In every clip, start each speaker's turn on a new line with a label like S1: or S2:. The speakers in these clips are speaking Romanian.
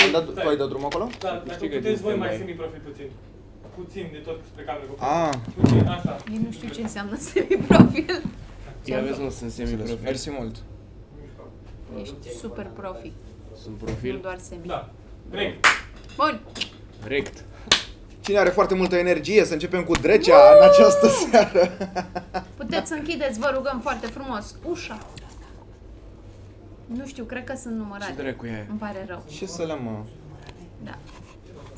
S1: Ai dat, tu ai dat drumul acolo?
S2: Da, dacă
S3: câștigă
S2: puteți voi
S3: din
S2: mai
S3: stand-by.
S2: semi-profil puțin. Puțin de tot spre cameră. cu
S1: A.
S2: Puțin, asta.
S4: Eu nu știu ce înseamnă semi-profil.
S3: Ia vezi, nu sunt semi-profil.
S5: Mersi mult.
S4: Ești super profi,
S3: Sunt
S4: nu
S3: profil
S4: doar semi.
S2: Da. Rec.
S4: Bun,
S3: rect.
S1: Cine are foarte multă energie, să începem cu drecea în această seară.
S3: Da.
S4: puteți să închideți, vă rugăm foarte frumos, ușa. Nu știu, cred că sunt
S3: Ce
S4: numărate.
S3: dracu e aia?
S4: Îmi pare rău,
S1: Ce să le mă?
S4: da.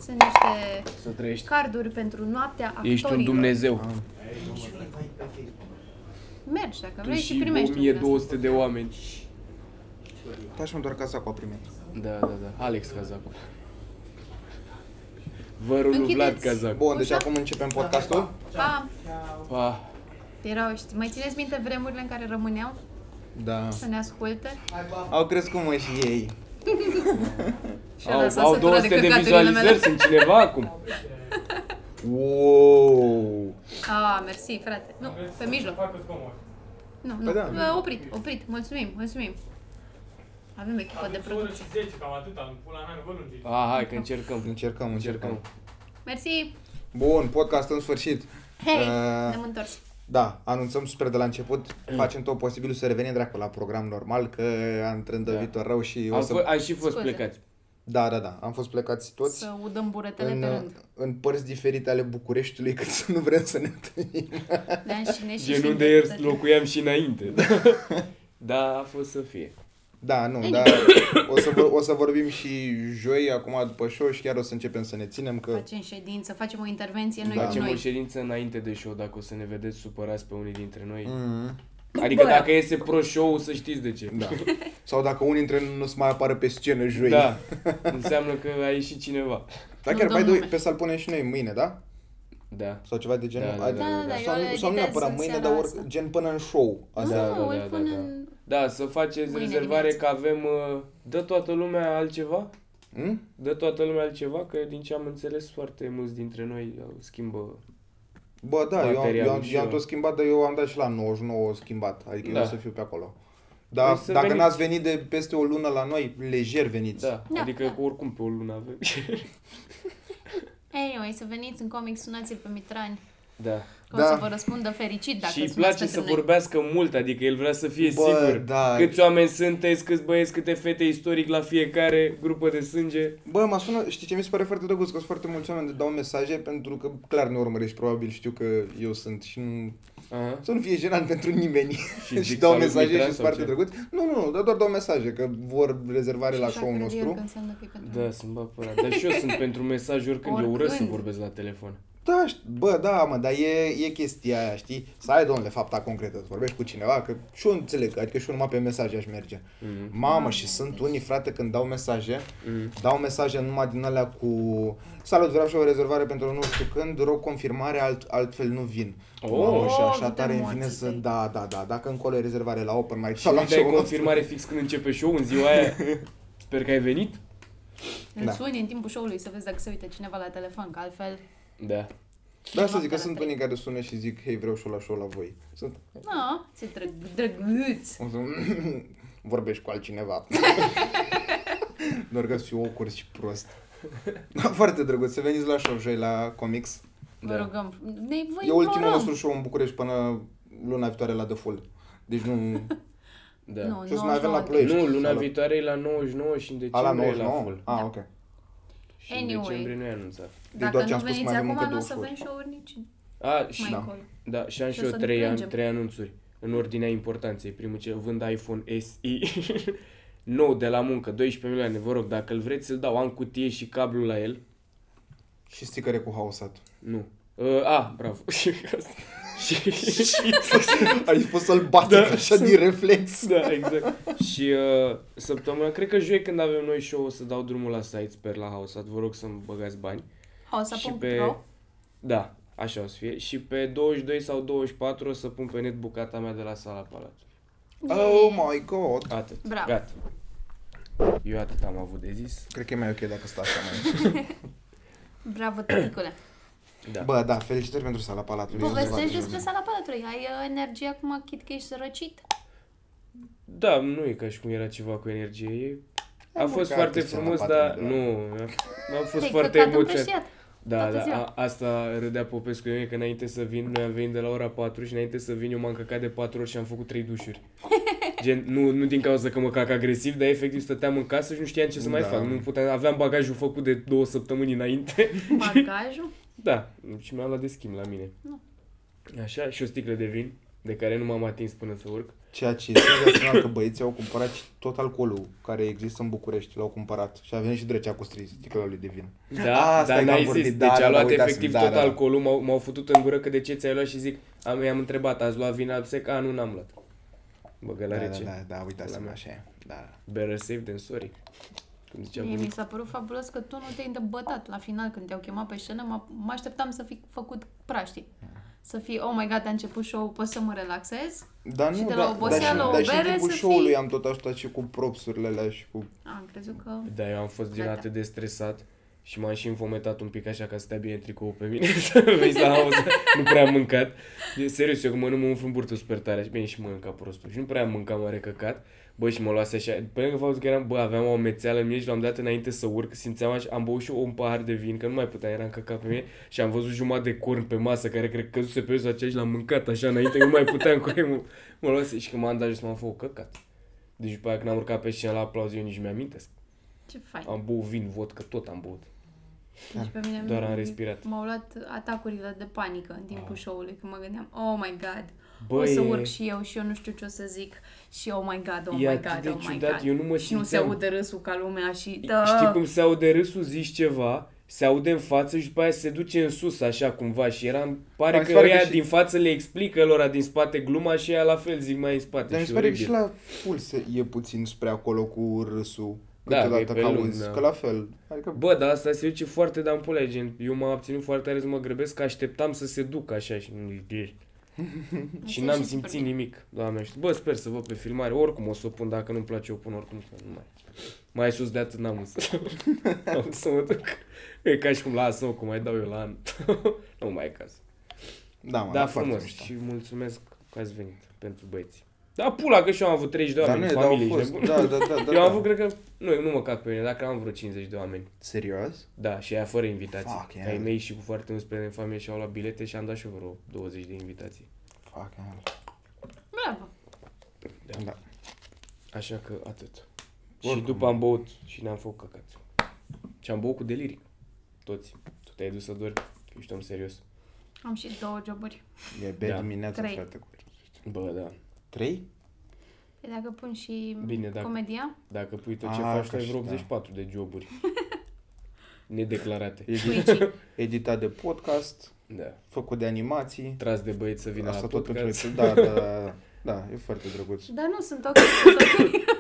S4: Sunt niște
S3: Să trăiești.
S4: carduri pentru noaptea actorilor.
S3: Ești un Dumnezeu.
S4: Mergi dacă
S3: Tu
S4: vrei și
S3: și
S4: primești. un din
S3: 1200 de oameni.
S1: Faci-mă doar casa cu prime.
S3: Da, da, da. Alex Cazacu. Vărul lui
S4: Închideți.
S3: Vlad Cazacu.
S1: Bun, deci
S4: Ușa?
S1: acum începem podcastul.
S4: asta. Pa!
S3: Pa.
S4: Erau ăștia. Mai țineți minte vremurile în care rămâneau
S1: Da.
S4: să ne asculte?
S1: Au crescut mă și ei.
S4: Și
S3: Au,
S4: ăla s-a
S3: au
S4: săturat
S3: 200 de
S4: căcaturile mele.
S3: vizualizări, sunt cineva acum.
S1: Wow!
S4: A, Ah, mersi, frate. Nu, pe mijloc.
S2: Faceți comod.
S4: Nu, nu.
S1: Păi da.
S4: Bă, Oprit, oprit. Mulțumim, mulțumim. Avem echipă de
S2: Aveți o oră
S4: producție.
S2: și 10, cam atâta. În pula mea, nu vă lungiți.
S3: Pa, Ah, hai că încercăm.
S1: Încercăm, încercăm.
S3: Încercăm.
S4: Mersi!
S1: Bun, podcast în sfârșit.
S4: Hei,
S1: Uh,
S4: ne-am întors.
S1: Da, anunțăm super de la început,
S3: Mm.
S1: facem tot posibilul să revenim dracu la program normal, că am
S3: Da.
S1: trândăvit-o rău și o
S3: Am,
S1: să...
S3: f- am și fost
S4: Scuze.
S3: plecați.
S1: Da, da, da, am fost plecați toți.
S4: Să udăm buretele
S1: în, uh,
S4: pe rând.
S1: în părți diferite ale Bucureștiului, că să nu vrem să ne întâlnim.
S4: Ne-am și ne și
S3: Gen
S4: și-
S3: unde ieri locuiam și înainte. Da, a fost să fie.
S1: Da, nu, dar o să, vor- o să vorbim și joi, acum după show și chiar o să începem să ne ținem că...
S4: Facem ședință, facem o intervenție noi
S1: Da.
S4: cu
S3: Facem o
S4: noi.
S3: ședință înainte de show dacă o să ne vedeți supărați pe unii dintre noi.
S1: Mm,
S3: Adică
S4: Bă.
S3: dacă iese pro show să știți de ce.
S1: da. Sau dacă unii dintre noi nu se mai apară pe scenă joi.
S3: Da, înseamnă că a ieșit cineva.
S1: Dar
S4: Nu
S1: chiar,
S4: dăm
S1: bai,
S4: nume.
S1: doi, pe să-l punem și noi mâine, da?
S3: Da.
S1: Sau ceva de genul.
S3: Da, da,
S1: Ai-
S3: da, da, da.
S4: Eu le
S1: Sau, sau nu
S4: editez
S1: neapărat
S4: în
S1: mâine,
S4: seara
S1: dar ori,
S4: asta.
S1: gen până în show. Asta.
S3: da,
S4: Nu,
S3: da,
S4: îl
S3: da,
S4: pun
S3: da.
S4: în...
S3: Da, să faceți
S4: Mâine
S3: rezervare
S4: dimineață.
S3: că avem... uh, Dă toată lumea altceva?
S1: Mm?
S3: Dă toată lumea altceva? Că din ce am înțeles foarte mulți dintre noi uh, schimbă...
S1: Bă, da, eu am, eu,
S3: Materialul
S1: am,
S3: și
S1: eu am
S3: eu.
S1: tot schimbat, dar eu am dat și la 99 schimbat. Adică da.
S3: Da.
S1: eu o să fiu pe acolo. Dar
S3: Păi să
S1: dacă
S3: veniți.
S1: n-ați venit de peste o lună la noi, lejer veniți.
S3: Da,
S4: Da,
S3: adică
S4: da.
S3: da. oricum pe o lună avem.
S4: Anyway, să veniți în comic, sunați-l pe Mitrani.
S3: da.
S4: Că o
S1: Da.
S4: să vă răspundă fericit dacă
S3: și îi
S4: sunați
S3: place
S4: pentru
S3: să
S4: noi.
S3: vorbească mult, adică el vrea să fie
S1: Bă,
S3: sigur.
S1: da.
S3: Câți oameni sunteți, câți băieți, câte fete istoric la fiecare grupă de sânge.
S1: Bă, mă sună, știi ce mi se pare foarte drăguț? Că sunt foarte mulți oameni de dau mesaje pentru că clar ne urmărești, probabil știu că eu sunt și nu...
S3: Aha.
S1: Să nu fie jenant pentru nimeni.
S3: Și
S1: Și,
S3: zic
S1: dau
S3: salut,
S1: mesaje și
S3: Mitran,
S1: sunt
S3: sau
S1: foarte
S3: ce?
S1: drăguț. Nu, nu, nu, dar doar dau mesaje că vor rezervare
S4: Și
S1: la
S4: așa
S1: show-ul
S4: cred eu
S1: nostru.
S4: că înseamnă că e pentru
S3: Da, sunt bă, părat. Dar și eu sunt pentru mesaj oricând, eu urăsc să
S4: Oricând.
S3: vorbesc la telefon.
S1: Da, șt- bă, da, mă, dar e, e chestia aia, știi? Să ai, domnule, fapta concretă, să vorbești cu cineva, că și eu înțeleg, adică și eu numai pe mesaje aș merge.
S3: Mhm.
S1: Mamă, deci- și sunt unii, frate, când dau mesaje, dau mesaje numai din alea cu Salut, vreau și o rezervare pentru nu știu când, rog confirmare, alt, altfel nu vin.
S3: Oh.
S1: Mamă, și
S4: Oh,
S1: așa
S4: câte
S1: tare îmi
S4: emoții,
S1: vine să...
S4: băi.
S1: Da, da, da, dacă încolo e rezervare la open mic
S3: Și
S1: sau Da, la
S3: îi dai
S1: show nostru.
S3: confirmare fix când începe show în ziua aia. Sper că ai venit.
S4: Îl
S1: Da.
S4: suni în timpul show-ului să vezi dacă se uită cineva la telefon, că altfel...
S3: Da.
S1: Da, să zic că
S4: Noaptea
S1: sunt
S4: la
S1: unii care sună și zic, hei, vreau și eu la show la voi. Sunt...
S4: No, ți drăg- drăguț.
S1: o să- Vorbești cu altcineva. Doar că fiu ocurs și prost. Da, foarte drăguț, să veniți la show joi la Comics.
S4: Vă
S3: Da.
S4: rugăm. Ne vă
S1: e ultimul
S4: Păi implorăm.
S1: nostru show în București până luna viitoare la The Full. Deci nu...
S3: Da.
S4: Nu,
S1: Și o să mai avem la
S4: 99.
S1: Ploiești.
S3: Nu, luna
S1: Sau la-
S3: viitoare e la 99 și în
S1: A, la
S3: decembrie e la
S1: 99?
S3: full.
S1: A,
S4: Da.
S1: Ah, ok.
S3: Și
S4: Anyway.
S3: în decembrie nu e anunțat.
S1: Deci
S4: Dacă
S1: doar ce
S4: nu
S1: am spus,
S4: veniți
S1: mai avem
S4: acum,
S1: încă
S4: nu o
S1: două
S4: să
S1: show-uri.
S4: avem show-uri nici
S3: A, și
S4: mai
S1: da.
S4: încolo.
S3: Da, și am și
S4: Și o
S3: eu
S4: să ne
S3: trei, am
S4: plângem.
S3: trei anunțuri. În ordinea importanței. Primul ce vând iPhone SE nou de la muncă, 12 milioane, vă rog, dacă îl vreți să-l dau, am cutie și cablu la el.
S1: Și sticăre cu haosat.
S3: Nu. Uh, a, bravo. și, și,
S1: Ai fost să-l bați da. așa din reflex.
S3: da, exact. Și uh, săptămâna, cred că joi când avem noi show o să dau drumul la site, sper la House, vă rog să-mi băgați bani. și pe...
S4: Hausa.ro
S3: Da, așa o să fie. Și pe 22 sau 24 o să pun pe net bucata mea de la Sala Palat.
S1: Oh my god.
S3: Atât.
S4: Bravo.
S3: Gata. Eu atât am avut de zis.
S1: Cred că e mai ok dacă stai așa mai.
S4: Bravo, tăticule.
S3: Da.
S1: Bă, da, felicitări pentru sala Palatului.
S4: Povestești
S1: Rezervare.
S4: despre sala palatului. Ai uh, energie acum, chit că ești răcit.
S3: Da, nu e ca și cum era ceva cu energie. E... A
S1: Ai
S3: fost
S1: mâncat
S3: foarte
S1: Cristiana
S3: frumos,
S1: Patrina,
S3: dar
S1: da.
S3: nu, a- a fost
S4: Te-ai
S3: foarte
S4: căcat
S3: emoționant.
S4: împrăștiat.
S3: Da,
S4: toată
S3: da,
S4: ziua.
S3: a, asta râdea Popescu de mine, că înainte să vin, noi am venit de la ora 4 și înainte să vin eu m-am căcat de 4 ori și am făcut 3 dușuri. Gen, nu, nu din cauza că mă cac agresiv, dar efectiv stăteam în casă și nu știam ce să mai
S1: Da.
S3: fac. Nu puteam, aveam bagajul făcut de două săptămâni înainte.
S4: Bagajul?
S3: Da, și mi-am luat de schimb la mine.
S4: Nu.
S3: Așa, și o sticlă de vin, de care nu m-am atins până să urc.
S1: Ceea ce este senzațional că băieții au cumpărat și tot alcoolul care există în București, l-au cumpărat și a venit și Drăcea cu stri- sticla lui de vin.
S3: Da,
S1: Ah, Asta
S3: dar
S1: e că am
S3: n-ai
S1: vorbit,
S3: zis,
S1: da,
S3: deci
S1: da, da,
S3: a luat
S1: uitasem,
S3: efectiv
S1: da,
S3: tot
S1: da, da.
S3: alcoolul, m-au, m-au fătut în gură că de ce ți-ai luat și zic, am, i-am întrebat, ați luat vin alb sec? A, nu, n-am luat. Băgă la
S1: Da, da,
S3: rece.
S1: da, da, uitați-mă
S3: La
S1: așa e. Da, da.
S3: Better safe than sorry. Cum zicea
S4: Mie mi
S3: bunicul.
S4: s-a părut fabulos că tu nu te-ai îndăbătat la final când te-au chemat pe scenă. Mă, mă așteptam să fi făcut praștii. Să fii, oh my god, a început show, pot să mă relaxez?
S1: Dar nu,
S4: Și de la
S1: da,
S4: oboseală,
S1: dar,
S4: o
S1: și, dar și în
S4: bere
S1: timpul
S4: să fii-
S1: show-ului am tot așteptat și cu propsurile alea și cu...
S3: Deci
S4: Am crezut că...
S3: Da, eu am fost gen
S4: Da, da.
S3: atât de stresat și m-am și înfometat un pic așa ca să stea bine tricoul pe mine. Să Vezi la hauză, nu prea am mâncat. De, serios, eu când mănânc mă umflu în burtă super tare și bine și mănânca prostul. Și nu prea am mâncat, m-a recăcat. Bă, și mă luase așa. Pe lângă faptul că eram, bă, aveam o omețeală în mine și l-am dat înainte să urc, simțeam așa, am băut și eu un pahar de vin, că nu mai puteam, era încăcat pe mine și am văzut jumătate de corn pe masă, care cred că căzuse pe jos aceea și l-am mâncat așa înainte, că nu mai puteam cu el, mă, mă luase și când m-am dat jos m-am făcut căcat. Deci după aia când am urcat pe scenă la aplauze, eu nici mi-am amintesc.
S4: Ce fain.
S3: Am băut vin, vodcă, tot am băut.
S4: Deci pe mine
S3: Doar am
S4: mi-
S3: respirat.
S4: M-au luat atacurile de panică în timpul
S3: Ah.
S4: show-ului, când mă gândeam, oh my god,
S3: Bă,
S4: o să
S3: e-
S4: urc și eu și eu nu știu ce o să zic și oh my god, oh
S3: Păi-
S4: my
S3: E atât
S4: god,
S3: de
S4: oh my
S3: ciudat,
S4: god.
S3: eu nu mă
S4: și nu se
S3: simțeam.
S4: aude râsul ca lumea și...
S3: Da. Știi cum se aude râsul, zici ceva, se aude în față și după aia se duce în sus așa cumva și eram, pare
S1: Dar Da, mi
S3: că
S1: se pare că
S3: ea
S1: și-
S3: din față le explică lor din spate gluma și ea la fel zic mai în spate
S1: Dar Da, mi
S3: și
S1: se pare că
S3: oribil.
S1: și la puls e puțin spre acolo cu râsul.
S3: Da,
S1: Câteodată
S3: e pe
S1: că
S3: lung,
S1: auzi,
S3: da.
S1: că la fel. Adică,
S3: Bă, dar asta se duce foarte de ampulea, gen, eu m-am abținut foarte tare să mă grăbesc, că așteptam să se ducă așa și și n-am simțit nimic, doamne știu. Bă, sper să văd pe filmare, oricum o să o pun, dacă nu-mi place o pun oricum, că nu mai. Mai sus de atât n-am să, am să mă duc. E ca și cum lasă-mă, cum mai dau eu la an. nu mai e caz.
S1: da, mă,
S3: Da,
S1: foarte
S3: frumos
S1: mișto.
S3: și mulțumesc că ați venit pentru băieți. Da, pula că și eu am avut 30 de
S1: Dar
S3: oameni
S1: nu e,
S3: în
S1: dar au
S3: familie.
S1: fost.
S3: ești nebun?
S1: Da, da, da, da.
S3: eu am
S1: da.
S3: avut, cred că, nu, eu nu mă cac pe mine, dacă am vreo 50 de oameni.
S1: Serios?
S3: Da, și aia fără invitații.
S1: Fuck, yeah.
S3: Ai mei și cu foarte mulți prieteni în familie și-au luat bilete și am dat și eu vreo 20 de invitații.
S1: Fuck, hell.
S4: Bravo!
S1: Da.
S3: Așa că atât.
S1: Oricum.
S3: Și după am băut și ne-am făcut căcat. Și am băut cu delirii. Toți. Tu te-ai dus să dormi. că Ești om serios.
S4: Am și două joburi.
S1: E bea
S3: Da.
S1: dimineața,
S4: Trei.
S1: frate. cu-
S3: Bă, da.
S1: Trei?
S4: Păi dacă pun și
S3: Bine, dacă-
S4: comedia,
S3: Dacă pui tot ce
S1: Ah,
S3: faci,
S1: că
S3: tu ai
S1: și-
S3: vreo
S1: da.
S3: 84 de joburi. Nedeclarate.
S1: Edit,
S4: Twitch-ii.
S1: editat de podcast,
S3: Da.
S1: făcut de animații.
S3: Tras de băieți să vină
S1: Asta
S3: la
S1: tot pentru
S3: podcast.
S1: episod. Da, da, da, da, e foarte drăguț.
S4: Dar nu, sunt ok, sunt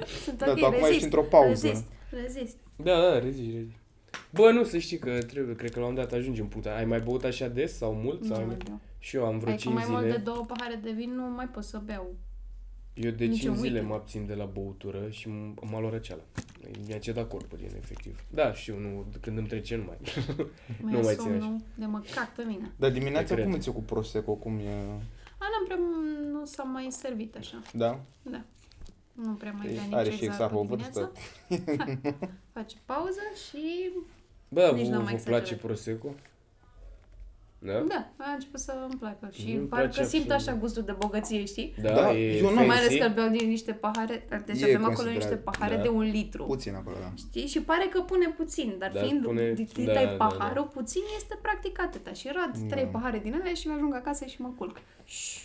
S4: ok, sunt
S1: Da,
S4: ok,
S1: tu acum
S4: rezist,
S1: ești într-o pauză.
S4: rezist, rezist.
S3: Da, da, rezi, rezi. Bă, nu, să știi că trebuie, cred că la un moment dat ajungem punct. Ai mai băut așa des sau mult? Sau...
S4: Nu, nu.
S3: Și eu am vreo
S4: Adică
S3: 5
S4: mai
S3: zile.
S4: mult de două pahare de vin nu mai pot să beau.
S3: Eu de
S4: Nici
S3: 5
S4: un
S3: zile
S4: weekend.
S3: mă abțin de la băutură și m- m-a luat răceala. Mi-a cedat corpul din efectiv. Da, știu, nu, când îmi trece nu mai.
S4: Mai
S3: Nu
S4: nu
S3: mai
S4: mai
S3: ține așa.
S4: somnul de mă cac pe mine.
S1: Dar dimineața
S3: Te cred.
S1: cum îți e cu Prosecco? Cum e?
S4: Ana prea nu s-a mai servit așa,
S1: Da?
S4: da. Nu prea mai
S1: Ei,
S4: bea nici
S1: are și
S4: exact
S1: exact
S4: cu
S1: o vârstă.
S4: dimineața. Face pauză și...
S3: Bă,
S4: Nici
S3: vă,
S4: n-am mai
S3: vă
S4: exagerat.
S3: place Prosecco? Da?
S4: Da, a început să îmi placă și
S3: Nu-mi
S4: parcă
S3: place
S4: simt
S3: absolut.
S4: așa gustul de bogăție, știi?
S3: Da,
S1: Da,
S3: e
S1: eu nu-
S3: fancy.
S4: Mai ales că îl beau din niște pahare, deci
S1: E
S4: avem acolo
S1: considerat,
S4: niște pahare
S3: da.
S4: de un litru.
S1: Puțin acolo, da.
S4: Știi? Și pare că pune puțin, dar
S3: Da,
S4: fiind
S3: pune-
S4: pune...
S3: da,
S4: dai
S3: da,
S4: paharul,
S3: da.
S4: puțin este practic atâta. Și rad
S1: Da.
S4: trei pahare din ele și ajung acasă și mă culc. Șș.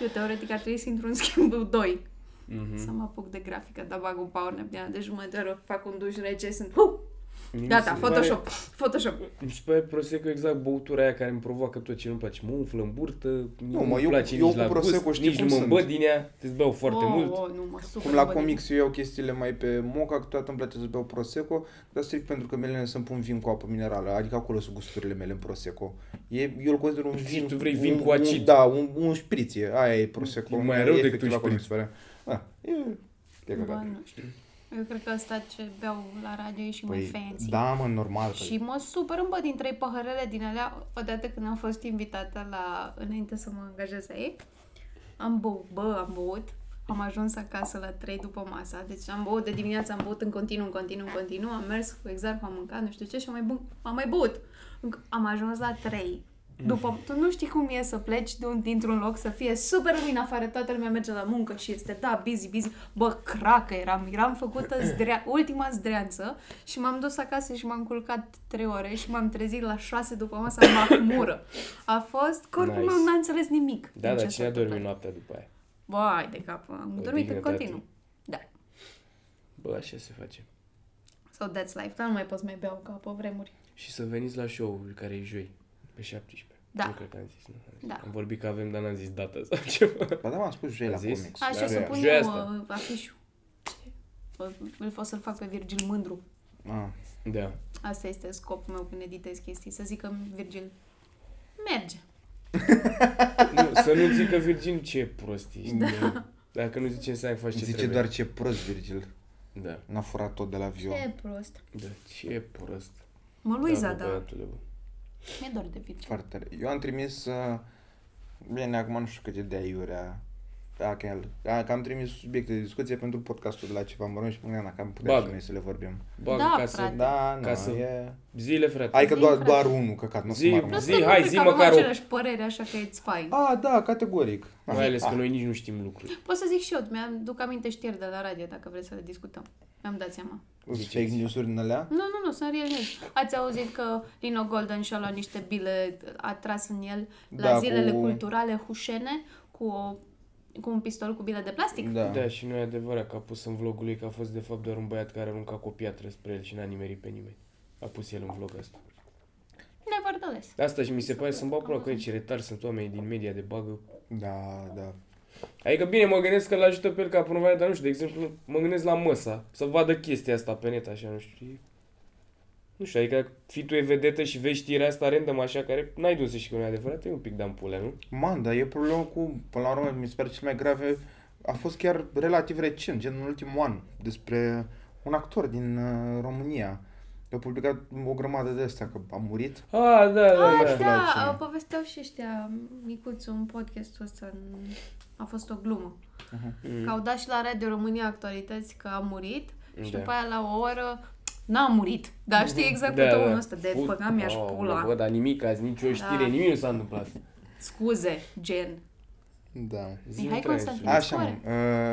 S4: Eu teoretic ar trebui să intru în schimbul 2
S3: Mhm.
S4: să mă apuc de grafică, dar bag un power nap din ăla de jumătate oră, fac un duș rece, sunt... Uh! Gata,
S3: Mi se pare-
S4: Photoshop, Photoshop.
S3: Mi se pare Prosecco exact băutura aia care îmi provoacă tot ce nu-mi place. Mă umflă în burtă, nu,
S1: mă,
S3: îmi
S1: eu-
S3: place
S1: eu
S3: nici
S1: cu
S3: la
S1: Prosecco
S3: gust,
S1: știi
S3: nici
S1: cum
S3: nu mă
S1: sunt.
S3: îmbăt din ea, te beau foarte
S4: oh,
S3: mult.
S4: Oh, nu, mă supăr,
S1: Cum la
S4: mă, de-
S1: comics eu iau chestiile mai pe moca, câteodată îmi place să beau Prosecco, dar strict pentru că mele să-mi pun vin cu apă minerală, adică acolo sunt gusturile mele în Prosecco. E, eu îl consider un
S3: Și
S1: vin...
S3: tu vrei vin
S1: un,
S3: cu acid.
S1: Un, da, un, un șpriție, aia e Prosecco.
S3: E mai rău
S1: E
S3: decât
S1: efectiv
S3: un
S1: acolo mi
S3: șpriț.
S1: se pare. Da, e... e
S4: Bă,
S1: căcat.
S4: nu știu. Eu cred că ăsta ce beau la radio e și
S3: Păi,
S4: mai fancy.
S1: da, mă, normal. că-
S4: Și mă supăr îmi bă din trei paharele din alea, odată când am fost invitată la, înainte să mă angajez la ei, am băut, bă, am băut, am ajuns acasă la 3 după masa, deci am băut de dimineață, am băut în continuu, în continuu, în continuu, am mers cu exact, am mâncat, nu știu ce și am mai, bun, am mai băut. Înc- Am ajuns la 3. După, tu nu știi cum e să pleci de un, dintr-un loc să fie super lumină afară, toată lumea merge la muncă și este, da, busy, busy, bă, cracă eram, eram făcută zdrea, ultima zdreanță și m-am dus acasă și m-am culcat 3 ore și m-am trezit la 6 după masa mahmură. A fost, corpul
S3: Nice.
S4: meu n-a înțeles nimic.
S3: Da,
S4: din
S3: dar
S4: ce
S3: cine a
S4: s-a
S3: dormit
S4: întâmplat.
S3: noaptea după aia?
S4: Vai de cap, am
S3: O
S4: dormit în
S3: dignitate.
S4: continuu. Da.
S3: Bă, așa se face.
S4: So that's life, dar nu mai pot să mai beau ca pe vremuri.
S3: Și să veniți la show-ul care e joi, pe 17.
S4: Da.
S3: Nu cred că am zis, nu am zis.
S4: Da.
S3: Am vorbit că avem, dar n-am zis data sau ceva.
S1: Ba da, m-am spus joi la
S3: Ai zis?
S1: comics.
S4: A, și o să
S3: Joia.
S4: pun
S3: Joia
S4: eu
S3: asta.
S4: uh, afișul. O, îl- o să-l fac pe Virgil mândru.
S1: Ah.
S3: Da.
S4: Asta este scopul meu când editez chestii. Să zic că Virgil merge.
S3: Nu, să nu zică Virgin ce prost ești. Da. Dacă nu zice să ai faci ce
S1: Zice
S3: trebuie.
S1: doar ce prost, Virgil.
S3: Da.
S1: N-a furat tot de la Vio.
S4: E prost.
S3: Da, ce prost.
S4: Mă, Luiza,
S3: bă,
S4: da.
S3: băiatule, bă.
S4: Mi-e dor de Virgil.
S1: Foarte tare. Eu am trimis... uh, Bine, acum nu știu cât e de aiurea. Da, că, el- da, că am trimis subiecte de discuție pentru podcastul de la ceva mărunți și spuneam că am putea
S3: Bagă.
S1: și noi să le vorbim.
S3: Bagă
S4: Da,
S3: ca să...
S4: frate.
S1: Da,
S3: Ca
S1: nu,
S3: să-
S1: e...
S3: Zile, frate.
S1: Adică
S4: Zi,
S1: doar,
S4: frate.
S1: doar unul căcat, nu
S3: Zi,
S1: să mă
S4: Plus
S3: zi,
S4: că nu
S3: hai,
S4: cred
S3: zi
S4: că avem
S3: măcar o- Ah.
S4: aceeași părere, așa că it's fine.
S1: A, da, categoric.
S3: Mai ales
S1: Ah,
S3: că noi nici nu știm lucruri.
S4: Pot să zic și eu, mi-am duc aminte știri de la radio, dacă vreți să le discutăm. Mi-am dat seama.
S1: Fake news-uri din alea?
S4: Nu, nu, nu, sunt real news. Ați auzit că Lino Golden și-a luat niște bile, a tras în el la
S1: Da,
S4: zilele
S1: cu-
S4: culturale hușene cu, o, cu un pistol cu bile de plastic?
S1: Da.
S3: Da, și nu e adevărat că a pus în vlogul lui că a fost de fapt doar un băiat care arunca cu o piatră spre el și n-a nimerit pe nimeni. A pus el în vlog asta.
S4: Nevertheless.
S3: Asta și mi se pare să-mi bag pula că ei ce retari sunt oamenii din media de bagă.
S1: Da, da.
S3: Adică bine, mă gândesc că l-ajută pe el ca promovare, dar nu știu, de exemplu, mă gândesc la măsa, să vadă chestia asta pe net, așa, nu știu. e- Nu știu, adică fi tu e vedetă și vezi știrea asta random așa, care n-ai dus să știi că nu e adevărat, e un pic de ampulea, nu?
S1: Man, dar e problema cu, până la urmă, mi se pare cel mai grave, a fost chiar relativ recent, gen în ultimul an, despre un actor din uh, România. A publicat o grămadă de astea că a murit.
S3: A, da, da,
S1: Ah,
S3: da.
S1: da. la
S4: Da,
S1: cine?
S4: uh, povesteau și ăștia micuțul în podcastul ăsta. în- A fost o glumă.
S3: Mm.
S4: Că au dat și la Radio România Actualități că a murit și
S3: Da.
S4: după aia la o oră n-a murit. Dar știi exact
S3: Da,
S4: da,
S3: da.
S4: unul ăsta de
S3: Put-
S4: băga mi-aș
S3: Aoleu,
S4: pula.
S3: Bă, dar nimic azi, nicio știre,
S4: Da.
S3: nimic nu s-a întâmplat.
S4: Scuze, gen.
S1: Da.
S3: Zi-mi
S4: Mihai
S3: trei
S4: Constantin.
S3: sute.
S1: Așa, mă,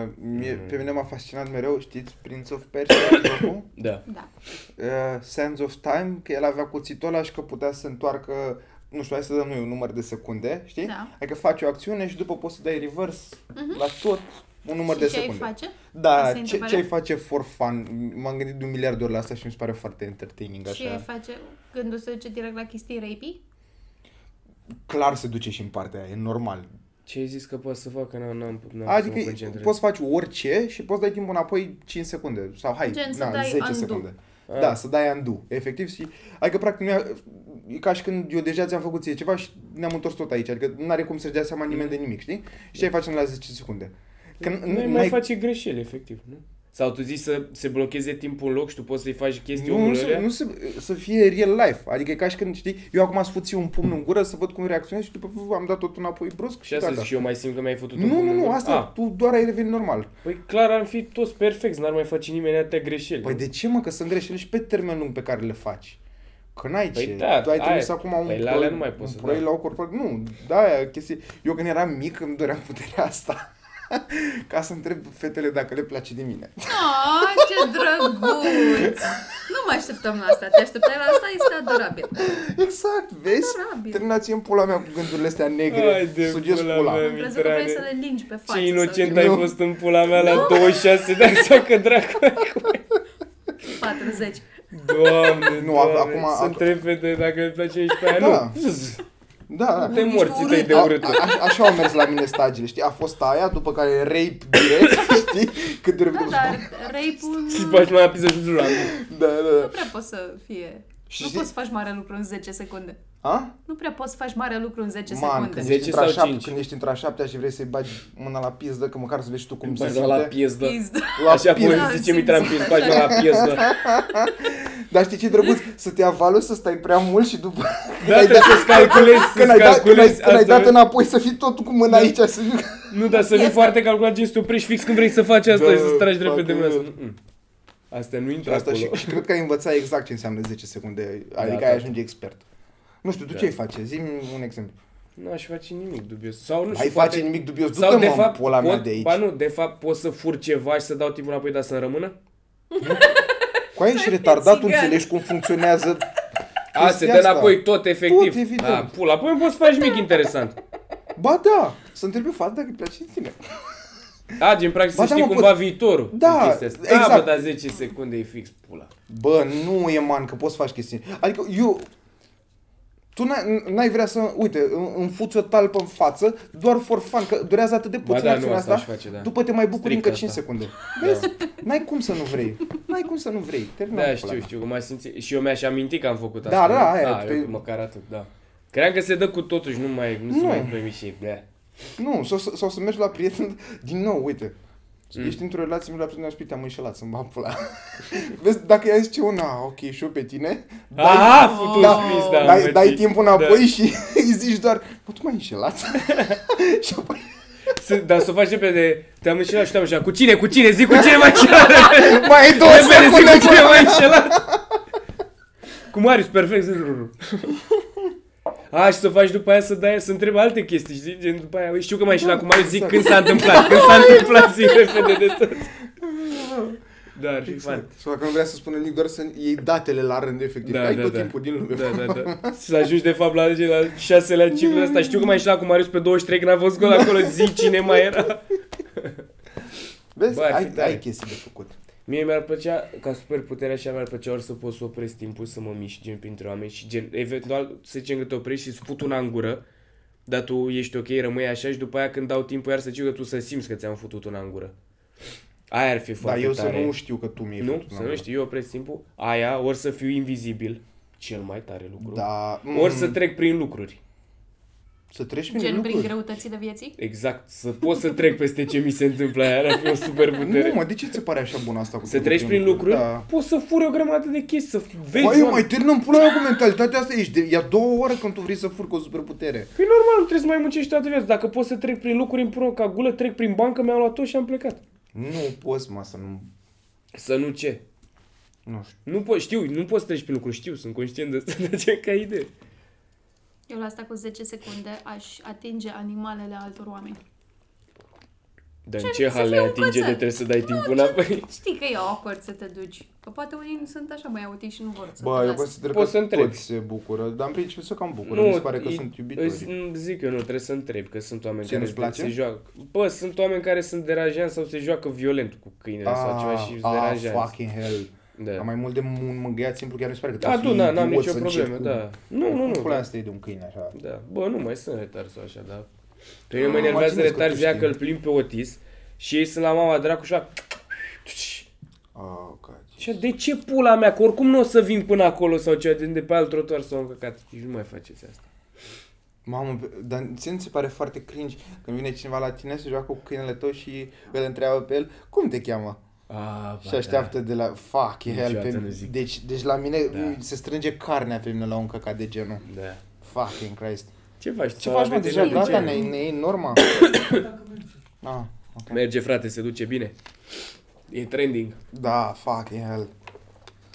S1: uh, mie, pe mine m-a fascinat mereu, știți, Prince of Persia, jocul?
S3: Da.
S4: Da.
S1: uh, Sands of Time, că el avea cuțitul ăla și că putea să se întoarcă, nu știu, hai să dăm noi un număr de secunde, știi?
S4: Da. Mhm.
S1: Adică faci o acțiune și după poți să dai reverse la tot un număr de
S4: și ce ai
S1: secunde.
S4: face? Asta
S1: Da,
S4: e
S1: ce,
S4: întrebarea?
S1: ce ai face for fun? M-am gândit de un miliard de ori la asta și mi se pare foarte entertaining
S4: Ce ai
S1: așa.
S4: face gândul se duce direct la chestii rapii?
S1: Clar se duce și în partea aia, e normal.
S3: Ce ai zis că poate să facă? N-am, n-am, n-am să mă
S1: adică
S3: concentrez.
S1: poți să faci orice și poți să dai timpul înapoi 5 secunde sau hai,
S4: Gen, să
S1: na,
S4: dai
S1: 10
S4: undo.
S1: secunde.
S3: Ah.
S1: Da, să dai undo. Efectiv, și, adică practic nu e- e ca și când eu deja ți-am făcut ție ceva și ne-am întors tot aici, adică nu are cum să-și dea seama nimeni de nimic, știi? Și ce ai face la 10 secunde? Când
S3: Mm. Nu mai, mai face greșeli, efectiv, nu? Sau tu zici să se blocheze timpul în loc și tu poți să-i faci chestii
S1: nu, nu,
S3: omului
S1: să,
S3: ăla?
S1: nu să, să fie real life, adică e ca și când, știi, eu acum ascult ție un pumn în gură să văd cum reacționezi și după am dat tot înapoi brusc
S3: Și
S1: și
S3: asta
S1: gata.
S3: zic și eu mai simt că mi-ai făcut un
S1: Nu,
S3: pumn
S1: nu,
S3: în
S1: nu,
S3: gură. Ah.
S1: asta,
S3: A,
S1: tu doar ai revenit normal.
S3: păi clar ar fi toți perfecți, n-ar mai face nimeni atâtea greșeli.
S1: Păi de ce mă? Că sunt greșeli și pe termen lung pe care le faci. Că n-ai
S3: Păi
S1: ce.
S3: da,
S1: tu ai trimis
S3: aia-
S1: acum un
S3: păi la alea nu mai poți
S1: un
S3: să
S1: proiect
S3: dai.
S1: la o corporație. Nu, da, aia chestii. Eu când eram mic îmi doream puterea asta. Ca să întreb fetele dacă le place de mine.
S4: Oh, ce drăguț! Nu mă așteptam la asta. Te așteptai la asta? Este adorabil.
S1: Exact, vezi?
S4: Dorabil.
S1: Terminați în pula mea cu gândurile astea
S3: Hai
S1: negre.
S3: de
S1: Sugeți
S3: pula
S1: pula.
S3: mea.
S4: Am crezut că vrei
S3: Mitrane.
S4: să le lingi pe față.
S3: Ce
S4: sau
S3: inocent
S1: Nu.
S3: ai fost în pula mea la 26 de ani, sau că dracu.
S4: de 40.
S3: Doamne,
S1: Nu,
S3: doamne,
S1: acum-
S3: sunt
S1: acum-
S3: repede dacă îmi place și pe aia,
S1: Da.
S3: nu.
S1: Da, da.
S3: Te
S4: Ești
S3: morți, te
S4: urât.
S3: de
S1: A-
S3: urât.
S1: a- a- așa au mers la mine stagiile, știi? A fost aia, după care rape direct, știi? Cât de
S4: Da,
S1: repede
S4: dar rape-ul
S3: Și
S4: nu,
S3: faci mai apiză și jura.
S1: da, da.
S4: nu prea poți să fie...
S1: Și
S4: nu
S1: știi-
S4: poți să faci mare lucru în 10 secunde.
S1: A?
S4: Nu prea poți să faci mare lucru în 10
S1: Man,
S4: secunde.
S1: când,
S3: Zece
S1: ești într-a
S3: sau
S1: șapte,
S3: cinci?
S1: când ești într-a șaptea și vrei să-i bagi mâna la pizdă, că măcar să vezi și tu cum se
S3: Bagi
S1: simte.
S3: la piesdă.
S4: Pizdă.
S1: La
S3: Așa cum
S1: pizdă.
S3: zice Mitra în
S4: simțit,
S3: pizdă, bagi la piesdă.
S1: Dar știi ce e drăguț? Să te avalu, să stai prea mult și după...
S3: Da, trebuie să-ți calculezi,
S1: Când
S3: să-ți
S1: ai, dat, când, ai,
S3: calculezi.
S1: când ai
S3: asta Da.
S1: dat
S3: vezi.
S1: înapoi să fii tot cu mâna aici să...
S3: Nu, dar să fii foarte calculat gen să te oprești fix când vrei să faci asta
S1: Da,
S3: și să tragi
S1: fac
S3: repede
S1: un
S3: mâna.
S1: rând.
S3: Mm-mm. Asta nu
S1: Și
S3: intră
S1: asta și,
S3: acolo.
S1: și cred că ai învățat exact ce înseamnă 10 secunde, adică
S3: da.
S1: ai ajunge expert. Nu știu, tu
S3: Da.
S1: ce ai face? Zi-mi un exemplu.
S3: Nu aș face nimic dubios. Sau nu știu,
S1: Ai
S3: poate-
S1: face nimic dubios,
S3: Sau de
S1: du-te mă
S3: fapt,
S1: pula mea
S3: pot,
S1: de aici.
S3: ba nu, de fapt pot să fur ceva și să dau timpul înapoi, dar să-mi rămână?
S1: Cu aia ești retardat, tu
S4: țigan.
S1: înțelegi cum funcționează.
S3: A, se
S1: Chestia
S3: dă
S1: asta.
S3: înapoi tot, efectiv.
S1: Tot, evident.
S3: Da, pula, păi nu poți să faci nimic interesant.
S1: Ba da, să întrebi o fată dacă îi place tine.
S3: A, gen, practic,
S1: Ba
S3: să
S1: da,
S3: știi
S1: mă,
S3: cumva
S1: pot-
S3: viitorul.
S1: Da,
S3: în chestia asta. Da,
S1: exact.
S3: bă, dar 10 secunde e fix, pula.
S1: Bă, nu e man, că poți să faci chestii. Adică eu... Tu n-ai, n-ai vrea să, uite, îmi- îmi fuți o talpă în față, doar for fun, că durează atât de
S3: Ba
S1: puțin
S3: da, nu,
S1: acțiunea
S3: asta
S1: asta,
S3: aș face, da.
S1: după te mai bucuri
S3: Strict
S1: încă 5
S3: asta.
S1: secunde.
S3: Da.
S1: N-ai cum să nu vrei, n-ai cum să nu vrei, termină
S3: Da, știu, știu, cum ai simțit. Și eu mi-aș aminti că am făcut
S1: Da,
S3: asta.
S1: da,
S3: nu?
S1: aia,
S3: Da,
S1: pe-
S3: eu, măcar atât, da. Cream că se dă cu totul și nu mai, nu, se
S1: Nu.
S3: mai primi și, da.
S1: Nu, sau, sau să mergi la prieten, din nou, uite. Mm. Ești într-o relație, mergi la prieten, și te-am înșelat, să-mi bag pula. Vezi, dacă i-ai zice una, ok, și eu pe tine,
S3: Aha, futu
S1: da,
S3: spis, da,
S1: dai,
S3: mă,
S1: dai
S3: ce-
S1: timp înapoi și îi zici doar, mă, tu m-ai înșelat? și apoi,
S3: Să- Dar să o faci repede, te-am înșelat și te-am înșelat. Cu cine, cu cine, zic cu cine mai înșelat.
S1: mai ai două
S3: Repede, zic
S1: secunde,
S3: cu cine mai înșelat. Cu Marius, perfect, zic. A, și să faci după aia să dai, să întrebi alte chestii, știi? Gen, după aia, știu că mai și la cu Marius, zic
S1: exact.
S3: când s-a întâmplat, când s-a întâmplat, zic repede de tot. Da, ar fi fan.
S1: Exact. Sau dacă nu vrea să spună nimic, doar să iei datele la rând, efectiv.
S3: Da,
S1: Da, ai
S3: da,
S1: tot
S3: da.
S1: timpul din lume.
S3: Da, da, da. Să ajungi de fapt la, la șaselea în ciclul ăsta. Știu că mai la cu Marius pe 23 când a fost gol acolo, zic cine mai era.
S1: Vezi,
S3: Bă, ar fi
S1: ai,
S3: tare.
S1: ai chestii de făcut.
S3: Mie mi-ar plăcea, ca super puterea așa, mi-ar plăcea ori să pot să opresc timpul să mă mișc gen printre oameni și gen, eventual să zicem că te oprești și îți fut una în gură, dar tu ești ok, rămâi așa și după aia când dau timpul iar să zici că tu să simți că ți-am futut una în gură. Aia ar fi
S1: Dar
S3: foarte
S1: eu
S3: tare.
S1: să nu știu că tu mi-ai
S3: nu,
S1: făcut
S3: să
S1: una
S3: nu
S1: bună.
S3: știi, eu opresc timpul, aia, ori să fiu invizibil, cel mai tare lucru,
S1: Da, mm,
S3: ori să trec prin lucruri.
S1: să treci prin
S4: Gen
S1: lucruri.
S4: prin greutățile vieții?
S3: Exact, să pot să trec peste ce mi se întâmplă aia, ar fi o super putere.
S1: Nu, mă, de ce ți se pare așa bun asta cu
S3: să treci prin lucruri,
S1: Da.
S3: poți să furi o grămadă de chestii, să vezi
S1: Mai eu
S3: oameni.
S1: mai terminăm pula mea cu mentalitatea asta, ești de, ia două ore când tu vrei să furi cu o superputere.
S3: Păi normal, nu trebuie să mai muncești toată viața. Dacă pot să trec prin lucruri, îmi pun o cagulă, trec prin bancă, mi-am luat tot și am plecat.
S1: Nu poți, mă, să nu...
S3: Să nu ce?
S1: Nu știu.
S3: Nu po- știu, nu poți să treci prin lucruri, știu, sunt conștient de asta, de ce ca idee.
S4: Eu la asta cu 10 secunde aș atinge animalele altor oameni.
S3: Dar în
S4: Ce-
S3: ce
S4: să
S3: hal le
S4: fiu un
S3: atinge
S4: cățel.
S3: de trebuie să dai timp înapoi?
S4: Știi că e awkward să te duci. Că poate unii nu sunt așa mai autiști și nu vor să
S1: Bă,
S4: te
S1: eu
S4: las.
S1: consider
S3: Poți să
S1: că
S3: întrebi.
S1: toți se bucură, dar în principiu se cam bucură. Mi se pare că
S3: i-
S1: sunt iubitori.
S3: îți- mm, Zic eu, nu, trebuie să întreb, că sunt oameni
S1: Ce,
S3: care
S1: nu-ți place?
S3: se joacă. Bă, sunt oameni care sunt deranjanți sau se joacă violent cu câinele sau ceva și sunt
S1: ah,
S3: deranjanți.
S1: fucking hell.
S3: Da.
S1: Am mai mult de un mângâiat simplu, chiar mi se pare că
S3: Da,
S1: trebuie
S3: tu,
S1: să fii
S3: na, n-am
S1: idiot
S3: nicio
S1: să începi
S3: problemă,
S1: cu-
S3: da. Nu, nu,
S1: Cum pula
S3: nu.
S1: asta e de un câine așa?
S3: Da. Bă, nu mai sunt retar sau așa, da. Pe
S1: Ah,
S3: mine mă enervează
S1: imaginez că
S3: retar
S1: tu
S3: zia
S1: știi.
S3: că îl plim pe Otis și ei sunt la mama dracu și fac...
S1: Oh, God.
S3: Și de ce pula mea? Că oricum nu o să vin până acolo sau ceva, de, de pe alt trotuar sau încăcat. Deci nu mai faceți asta.
S1: Mamă, dar ție nu se pare foarte cringe când vine cineva la tine să joacă cu câinele tău și îl întreabă pe el, cum te cheamă?
S3: A,
S1: Ah, Și așteaptă de la fuck hell
S3: da. Niciodată nu
S1: pe...
S3: zic.
S1: Deci, deci la mine
S3: Da.
S1: mm, se strânge carnea pe mine la un căcat de genul.
S3: Da.
S1: Fucking Christ.
S3: Ce faci?
S1: Ce
S3: Sau
S1: faci, mă,
S3: aveți
S1: deja
S3: de ce?
S1: gata, ne, ne iei norma? ah, ok.
S3: Merge frate, se duce bine. E trending.
S1: Da, fucking hell.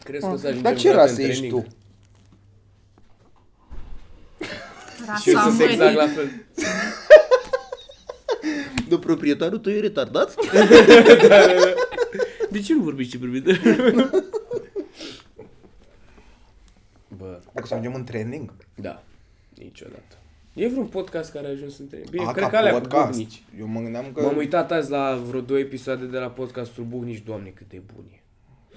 S3: Crezi că o să ajungem
S1: Ah. Dar ce
S3: vreodată
S1: rasă
S3: în
S1: ești tu?
S3: trending? Și eu sunt
S4: mării.
S3: exact la fel.
S1: De proprietarul tău e retardat?
S3: Da, De ce nu vorbiți ce privit? Bă,
S1: Dacă să ajungem în trending.
S3: da, niciodată. E vreun podcast care a ajuns în trending? Bine,
S1: Ah,
S3: cred
S1: ca
S3: că alea cu
S1: podcast.
S3: Buhnici.
S1: Eu mă gândeam că...
S3: M-am uitat azi la vreo două episoade de la podcastul Buhnici, doamne, cât de bun e.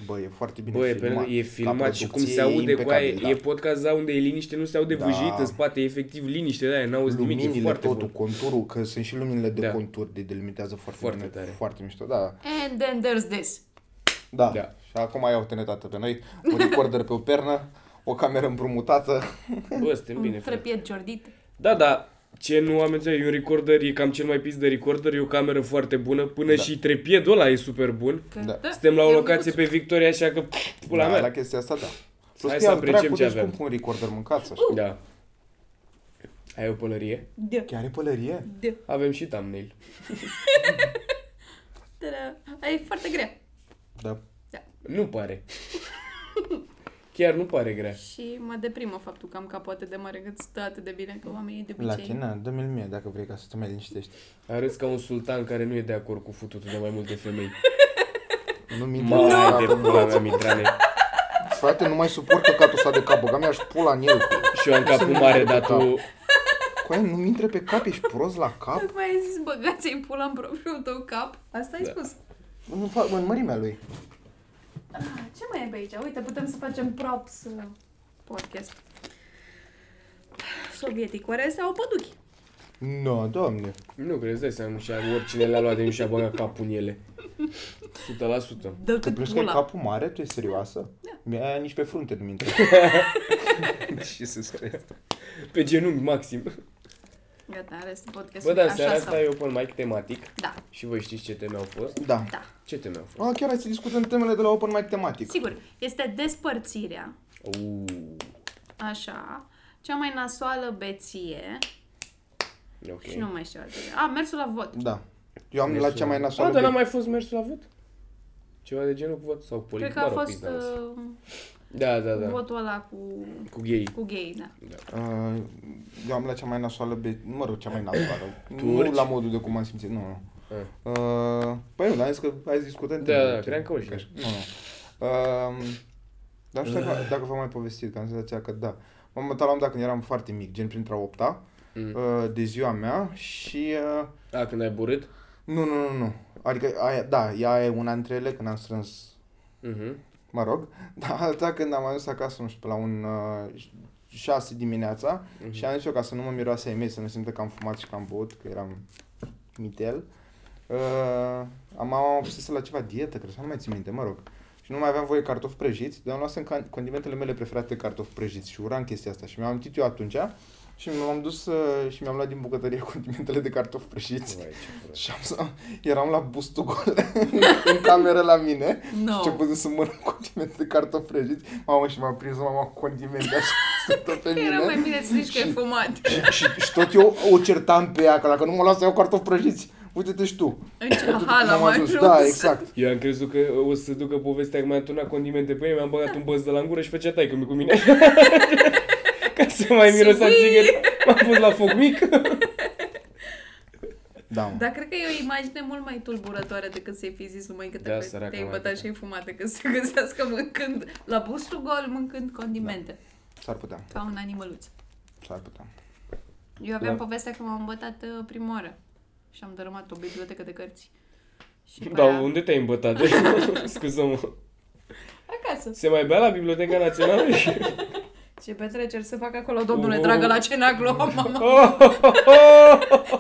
S1: Bă, e foarte bine
S3: Bă, e
S1: filmat.
S3: filmat, e
S1: Ca
S3: filmat și cum
S1: producție
S3: se aude cu aia,
S1: impecabil,
S3: e podcast da, unde e liniște, nu se aude
S1: Da.
S3: vâjit în spate, e efectiv liniște de aia, n-auzi nimic, e
S1: Luminile,
S3: foarte
S1: totul,
S3: bun.
S1: conturul, că sunt și luminile de
S3: Da.
S1: contur, de delimitează foarte,
S3: Foarte
S1: bine,
S3: tare.
S1: foarte mișto, da.
S4: And then there's this.
S1: Da.
S3: Da.
S1: Și acum ai o tenetată pe noi, un recorder pe o pernă, o cameră împrumutată.
S3: Bă, suntem bine,
S4: Un
S3: frate.
S4: crepier giordit.
S3: Da, da, ce nu am înțeles, e un recorder, e cam cel mai pis de recorder, e o cameră foarte bună, până
S1: Da.
S3: și trepiedul ăla e super bun.
S4: Că,
S1: Da.
S3: Suntem la o
S4: e
S3: locație
S4: micuț.
S3: pe Victoria, așa că pula
S1: da, la
S3: mea.
S1: chestia asta, da. Plus Hai
S3: Hai să
S1: că e
S3: apreciem
S1: dracu
S3: ce
S1: de
S3: avem.
S1: scump un recorder mâncat, să știi.
S3: Da. Ai o pălărie?
S4: Da.
S1: Chiar e pălărie?
S4: Da.
S3: Avem și thumbnail.
S4: Da. da. E foarte grea.
S1: Da.
S3: Nu pare. Chiar nu pare grea.
S4: Și mă deprimă faptul că am capoate de mare, că stă atât de bine, că oamenii de
S1: La
S4: obicei...
S1: tine, dă-mi-l mie dacă vrei ca să te mai liniștești.
S3: Arăți ca un sultan care nu e de acord cu fututul de mai multe femei.
S1: Nu mi
S3: Mai de pula mea, Mitrane.
S1: Frate, nu mai suport căcatul ăsta de cap, băga mea și pula în el.
S3: Și eu am capul mare, dar tu...
S1: Coaie, nu-mi intre pe cap, ești prost la cap?
S4: Tocmai ai zis, băgați-i pula în propriul tău cap. Asta ai
S3: Da.
S4: spus.
S1: În, fa- în mărimea lui.
S4: Ah, ce mai e pe aici? Uite, putem să facem props uh, podcast. Sovieticoare sau păduchi?
S1: Nu, no, doamne.
S3: Nu crezi, dai seama, și oricine le-a luat de nu și-a băgat capul în ele. 100%.
S4: Dă
S1: Tu
S4: cât
S1: pleci că e
S4: pula.
S1: capul mare? Tu ești serioasă? Da. Nici pe frunte nu-mi intră. Și se
S3: Pe genunchi maxim.
S4: Gata, restul
S3: Bă,
S4: podcastului.
S3: da, în
S4: Așa
S3: seara
S4: sau-
S3: asta e open mic tematic
S4: Da,
S3: și voi știți ce teme au fost.
S1: Da.
S4: da.
S3: Ce teme au fost?
S1: Ah, chiar hai să discutăm temele de la Open Mic tematic.
S4: Sigur, este despărțirea,
S3: Uuu,
S4: așa, cea mai nasoală beție
S3: ok.
S4: și nu mai știu altele. A, mersul la vot.
S1: Da. Eu am la
S3: Mersul.
S1: cea mai
S3: A, dar n-a
S1: nasoală.
S3: mai fost mersul la vot? Ceva de genul cu vot sau politic?
S4: Cred că a
S3: mă rog,
S4: fost
S3: pizda asta.
S4: uh,
S3: Da, da, da.
S4: votul ăla cu,
S3: Cu gay.
S4: cu gay, da.
S1: Uh, Eu am la cea mai nasoală, be- mă rog, cea mai nasoală. Nu
S3: urci?
S1: la modul de cum am simțit, nu, nu.
S3: Ah.
S1: Uh, păi nu, dar am zis că hai să discutăm.
S3: Da,
S1: temele.
S3: da, cream că urci.
S1: Nu, nu. Uh, dar nu știu dacă, dacă v-am mai povestit, că am senzația că da. M-am mutat la un dat când eram foarte mic, gen printre a opta,
S3: Mm.
S1: uh, de ziua mea și... Uh,
S3: A, când ai burât?
S1: nu, nu, nu, nu. Adică, aia, da, ea e una dintre ele când am strâns
S3: Mhm.
S1: mă rog, dar alta când am ajuns acasă, nu știu, pe la un uh, 6 dimineața
S3: Mhm.
S1: și am zis eu ca să nu mă miroase ai mei, să nu simtă că am fumat și că am băut, că eram mitel. Uh, am am obses la ceva dietă, cred să nu mai țin minte, mă rog. Și nu mai aveam voie cartofi prăjiți, dar am luat în can- condimentele mele preferate cartofi prăjiți și uram chestia asta și mi-am amintit eu atunci și mi-am dus uh, și mi-am luat din bucătărie condimentele de cartofi prăjiți.
S3: Vai, ce prost.
S1: Și am, să- eram la bustul gol în cameră la mine
S4: No.
S1: și început să mănânc condimente de cartofi prăjiți. Mamă, și m-a prins mama cu condimente așa, să tot pe
S4: Că Era mai
S1: mine.
S4: bine să zici că e fumat.
S1: Și, și, și, tot eu o certam pe ea, că dacă nu mă lasă eu cartofi prăjiți, uite-te și tu.
S4: În ce
S1: Uite-te
S4: hal
S1: cum
S4: am ajuns.
S1: Da, exact.
S3: Eu am crezut că o să ducă povestea că mi-a turnat condimente pe ele, mi-am băgat un băz de la în gură și făcea taică mi cu mine. Ca să mai mirosea
S4: Sweet.
S3: țigări, m-am pus la foc mic.
S1: Da, mă.
S4: Dar cred că e o imagine mult mai tulburătoare decât să-i fi zis numai că
S3: Da,
S4: te-
S3: săraca
S4: te-ai
S3: mea,
S4: bătat
S3: da.
S4: și ai fumat, decât să găsească mâncând la bustul gol, mâncând condimente.
S1: S-ar putea,
S4: Ca un animăluț.
S1: s-ar putea.
S4: Eu aveam
S3: Da.
S4: povestea că m-am bătat uh, prima oară și am dărâmat o bibliotecă de cărți. Și după
S3: Dar
S4: aia-
S3: unde te-ai îmbătat? Scuză-mă.
S4: Acasă.
S3: Se mai bea la Biblioteca Națională?
S4: Ce petreceri se fac acolo, domnule,
S3: Oh.
S4: dragă, la cena globă, mama.
S3: Oh, oh, oh, oh,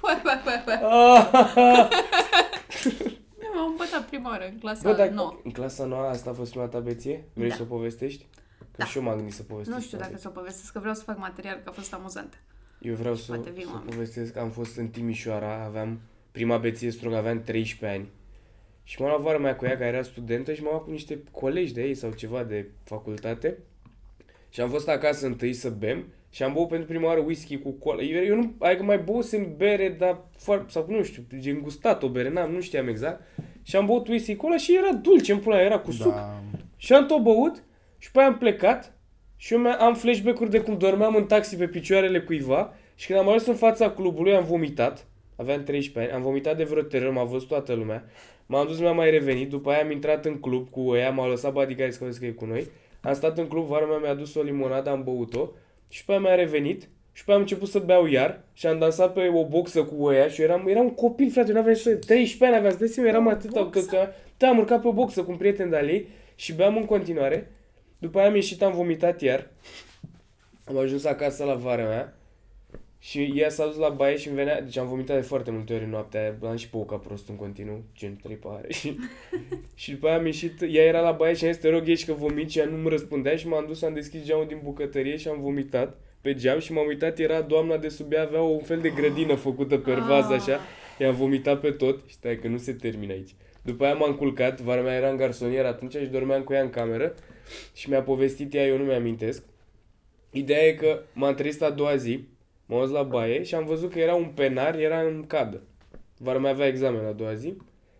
S4: Bă, bă, bă, bă.
S3: oh, oh.
S4: Eu M-am bătat prima oară în
S3: Bă,
S4: clasa
S3: dar
S4: 9.
S3: în clasa nouă asta a fost prima ta beție? Vrei
S4: Da.
S3: să o povestești? Că
S4: Da.
S3: și eu m-am gândit să povestesc.
S4: Nu știu dacă
S3: poate.
S4: să o povestesc, că vreau să fac material, că a fost amuzant.
S3: Eu vreau să,
S4: Poate vin
S3: să
S4: oameni.
S3: povestesc că am fost în Timișoara, aveam prima beție strung, aveam 13 ani. Și m-am luat vara mea cu ea, care era studentă, și m-am luat cu niște colegi de ei sau ceva de facultate. Și am fost acasă întâi să bem și am băut pentru prima oară whisky cu cola. Eu, eu nu, adică mai băusem bere, dar foarte, sau nu știu, gen gustat o bere, n-am, nu știam exact. Și am băut whisky cu cola și era dulce în pula, mea, era cu suc.
S1: Da,
S3: Și am tot băut și pe aia am plecat și eu mi-a- am flashback-uri de cum dormeam în taxi pe picioarele cuiva și când am ajuns în fața clubului am vomitat. Aveam 13 ani, am vomitat de vreo teror, m-a văzut toată lumea. M-am dus, mi-am mai revenit, după aia am intrat în club cu ea, m-au lăsat bodyguards că au zis că e cu noi. Am stat în club, vara mea mi-a dus o limonadă, am băut-o și pe aia mi-a revenit și pe aia am început să beau iar și am dansat pe o boxă cu ea și eu eram, eram un copil, frate, eu n-aveam nici să- 13 ani aveam, să dai seama, eram atât atât. Da, am urcat pe o boxă cu un prieten de-al ei și beam în continuare. După aia am ieșit, am vomitat iar. Am ajuns acasă la vara mea Și ea s-a dus la baie și îmi venea, deci am vomitat de foarte multe ori în noaptea aia, am și păucat prost în continuu, gen trei pahare și, și după aia am ieșit, ea era la baie și am zis, te rog, ieși că vomit și ea nu-mi răspundea și m-am dus, am deschis geamul din bucătărie și am vomitat pe geam și m-am uitat, era doamna de sub ea, avea un fel de grădină făcută pe vază așa, i-am vomitat pe tot și stai că nu se termină aici. După aia m-am culcat, vara mea era în garsonieră atunci și dormeam cu ea în cameră și mi-a povestit ea, eu nu mi-amintesc. Ideea e că m-am trezit a doua zi, m-am dus la baie și am văzut că era un penar, era în cadă. Vara mea avea examen a doua zi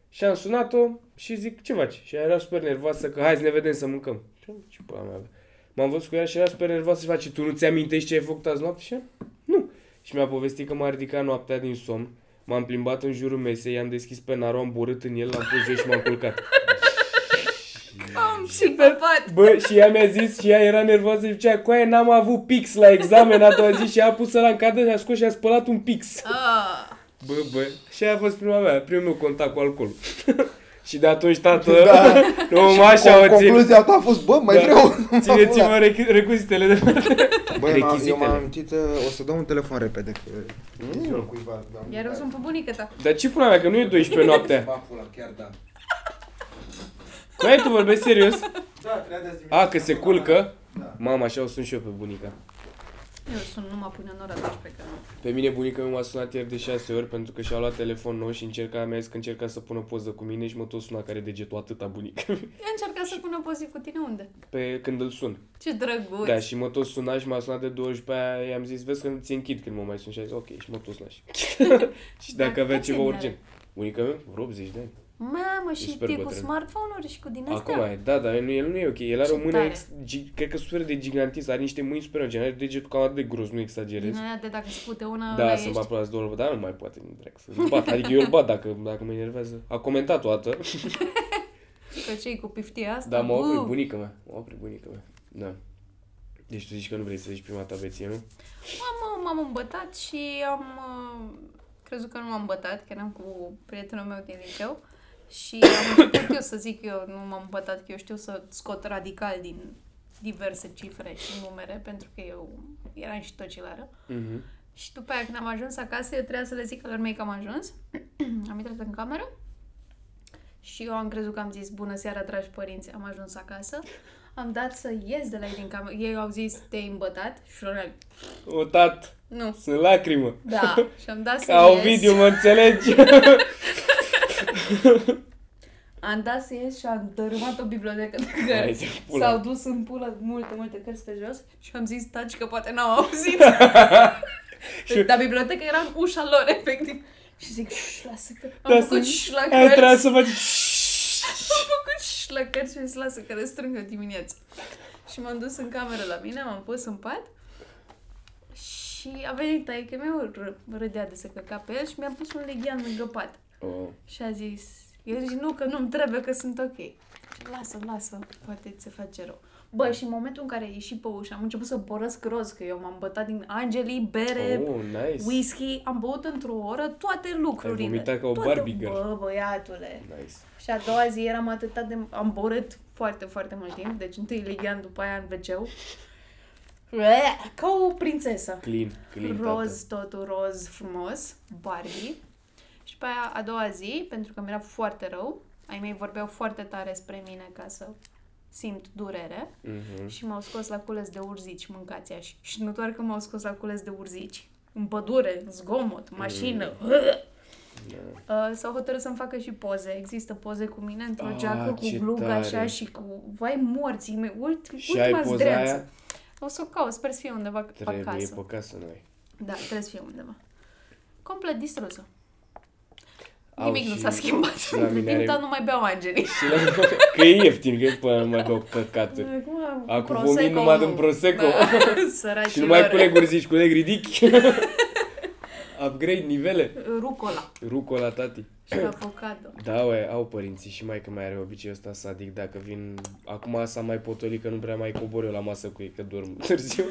S3: și am sunat-o și zic, ce faci? Și ea era super nervoasă că hai să ne vedem să mâncăm. Și eu, Ce pula mea avea? M-am văzut cu ea și era super nervoasă și face, tu nu ți-amintești ce ai făcut azi noapte? Și ea, nu. Și mi-a povestit că m-a ridicat noaptea din somn, m-am plimbat în jurul mesei, am deschis penarul, am borât în el, l-am pus jos și m-am culcat.
S4: Am și pe pat.
S3: Bă, și ea mi-a zis și ea era nervoasă și zicea, cu aia n-am avut pix la examen a doua zi și ea a pus ăla în cadă și a scos și a spălat un pix.
S4: Ah.
S3: Bă, bă, și aia a fost prima mea, primul meu contact cu alcoolul. și de atunci, tată,
S1: Da.
S3: nu mă așa
S1: Con-
S3: o țin.
S1: Concluzia ta a fost, bă, mai
S3: Da.
S1: vreau.
S3: Țineți-mă rechi- recuzițele de
S1: Bă, eu m-am- eu
S3: Rechizitele.
S1: m-am amintit, uh, o să dau un telefon repede. Că... Mm. Cuiva, da.
S4: Iar eu sunt pe da. bunica ta.
S3: Dar ce pula mea, că nu e 12 noaptea.
S1: Ba, pula, chiar da.
S3: Cu aia tu vorbești serios?
S1: Da, trebuia de azi dimineață.
S3: A, că se culcă?
S1: Da.
S3: Mama, așa o sun și eu pe bunica.
S4: Eu sunt numai până în ora 12 că nu.
S3: Pe mine bunica mi m-a sunat ieri de 6 ori pentru că și-a luat telefon nou și încerca, mi-a zis că încerca să pună poză cu mine și mă tot suna care degetul atâta bunica.
S4: Ea încerca să pună poze cu tine unde?
S3: Pe când îl sun.
S4: Ce drăguț.
S3: Da, și mă tot suna și m-a sunat de două ori și pe aia i-am zis, vezi că ți închid când mă mai sun și a zis, ok, și mă tot suna și Și dacă
S4: Dar
S3: avea
S4: câți
S3: ceva
S4: ani
S3: urgent. Bunica mea, vreo 80 de ani.
S4: Mamă,
S3: E
S4: și
S3: super
S4: e cu
S3: bătrân.
S4: smartphone-uri și cu din astea?
S3: Acum e, da, dar nu, el nu e ok. El are o
S4: Ce
S3: mână,
S4: tare.
S3: ex, gi, cred că suferă de gigantism, are niște mâini superioare, are degetul cam atât de gros, nu exagerez.
S4: Din alea de dacă scute una,
S3: Da,
S4: ăla
S3: să-mi
S4: ești.
S3: bat până două ori, dar nu mai poate, nu drag, să bat. Adică eu îl bat dacă, dacă mă enervează. A comentat o dată,
S4: Că ce cu piftia asta?
S3: dar m-a
S4: Bum!
S3: oprit bunica mea. M-a oprit bunica mea, da. Deci tu zici că nu vrei să zici prima ta beție, nu?
S4: M-am, m-am îmbătat și am uh, crezut că nu m-am îmbătat, că eram cu prietenul meu din liceu și am început eu să zic că eu nu m-am îmbătat, că eu știu să scot radical din diverse cifre și numere, pentru că eu eram și tocilară.
S3: Mhm.
S4: Și după aia când am ajuns acasă, eu trebuia să le zic alor mei că am ajuns. am intrat în cameră și eu am crezut că am zis, bună seara, dragi părinți, am ajuns acasă. Am dat să ies de la ei din cameră. Ei au zis, te-ai îmbătat? Și eu am zis,
S3: O, tat,
S4: nu.
S3: sunt lacrimă.
S4: Da, și am dat să
S3: Ca
S4: ies.
S3: Ovidiu, mă înțelegi?
S4: Am dat să ies și am dărâmat o bibliotecă de
S3: Hai
S4: cărți.
S3: de pula.
S4: S-au dus în pulă multe, multe cărți pe jos și am zis, taci că poate n-au auzit. Deci,
S3: Și-
S4: Dar biblioteca era în ușa lor, efectiv. Și zic, "Șș, lasă că am
S3: Da,
S4: făcut
S3: să-
S4: șș la
S3: Ai
S4: cărți.
S3: trebuit să faci...
S4: Am făcut și la cărți și am zis, lasă că le strâng eu dimineața. Și m-am dus în cameră la mine, m-am pus în pat și a venit taică meu, r- râdea de să căca pe el și mi-a pus un leghean lângă pat.
S3: Oh.
S4: Și a zis, eu zic, nu, că nu-mi trebuie, că sunt ok. Și lasă, lasă, poate ți se face rău. Bă, și în momentul în care a ieșit pe ușă, am început să borăsc roz, că eu m-am bătat din angelii, bere,
S3: Oh, nice.
S4: whisky, am băut într-o oră toate lucrurile.
S3: vomitat ca o
S4: Toate-
S3: Barbie girl.
S4: Bă, băiatule.
S3: Nice.
S4: Și a doua zi eram atât de... Am borât foarte, foarte mult timp. Deci întâi lighean, după aia în wc Ca o prințesă.
S3: Clean, clean,
S4: Roz,
S3: tată.
S4: totul roz, frumos. Barbie. Și pe aia a doua zi, pentru că mi-era foarte rău, ai mei vorbeau foarte tare spre mine ca să simt durere
S3: Mhm.
S4: și m-au scos la cules de urzici, mâncați și. Și nu doar că m-au scos la cules de urzici, în pădure, în
S3: Mhm.
S4: zgomot, mașină.
S3: Da.
S4: Uh, s-au hotărât să-mi facă și poze. Există poze cu mine într-o
S3: Ah,
S4: geacă,
S3: ce
S4: cu glug
S3: tare.
S4: așa și cu, vai morții mei, ult,
S3: Și ai
S4: ultima
S3: poza
S4: zdreanță.
S3: aia?
S4: O să o caut, sper să fie undeva
S3: Trebuie
S4: acasă.
S3: pe casă noi.
S4: Da, trebuie să fie undeva. Complet distrusă.
S3: Au
S4: Nimic nu
S3: și-
S4: s-a schimbat.
S3: și la
S4: Între
S3: mine
S4: timp,
S3: are-
S4: dar nu mai beau angelii.
S3: Și la... Că e ieftin, că până nu mai beau căcaturi.
S4: Acum,
S3: Acum
S4: Prosecco
S3: vomit numai
S4: nu.
S3: din Prosecco.
S4: Da. Săracilor.
S3: Și nu mai culeg urzici, culeg ridic. Upgrade nivele.
S4: Rucola
S3: Rucola, tati.
S4: și avocado.
S3: Da, ue, au părinții și mai că mai are obiceiul ăsta sadic dacă vin... Acum s-a mai potolit că nu prea mai cobor eu la masă cu ei, că dorm târziu.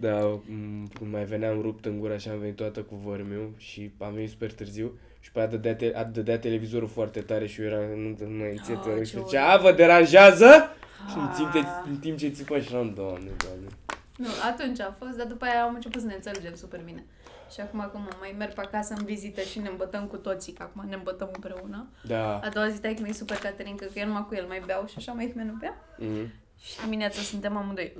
S3: Dar m, când mai veneam rupt în gură și am venit toată cu vărmiu și am venit super târziu și pe aia dădea, te- a- dădea televizorul foarte tare și eu eram în în
S4: Ah,
S3: înțetă
S4: ce
S3: și
S4: urât.
S3: zicea, a, vă deranjează? Și în timp,
S4: Ah.
S3: te, în timp ce țipa și eram, doamne, doamne.
S4: Nu, atunci a fost, dar după aia am început să ne înțelegem super bine. Și acum când mă mai merg pe acasă în vizită și ne îmbătăm cu toții, că acum ne îmbătăm împreună.
S3: Da.
S4: A doua zi taic mi super Caterin, că eu numai cu el mai beau și așa mai nu bea.
S3: Mhm.
S4: Și dimineața suntem amândoi.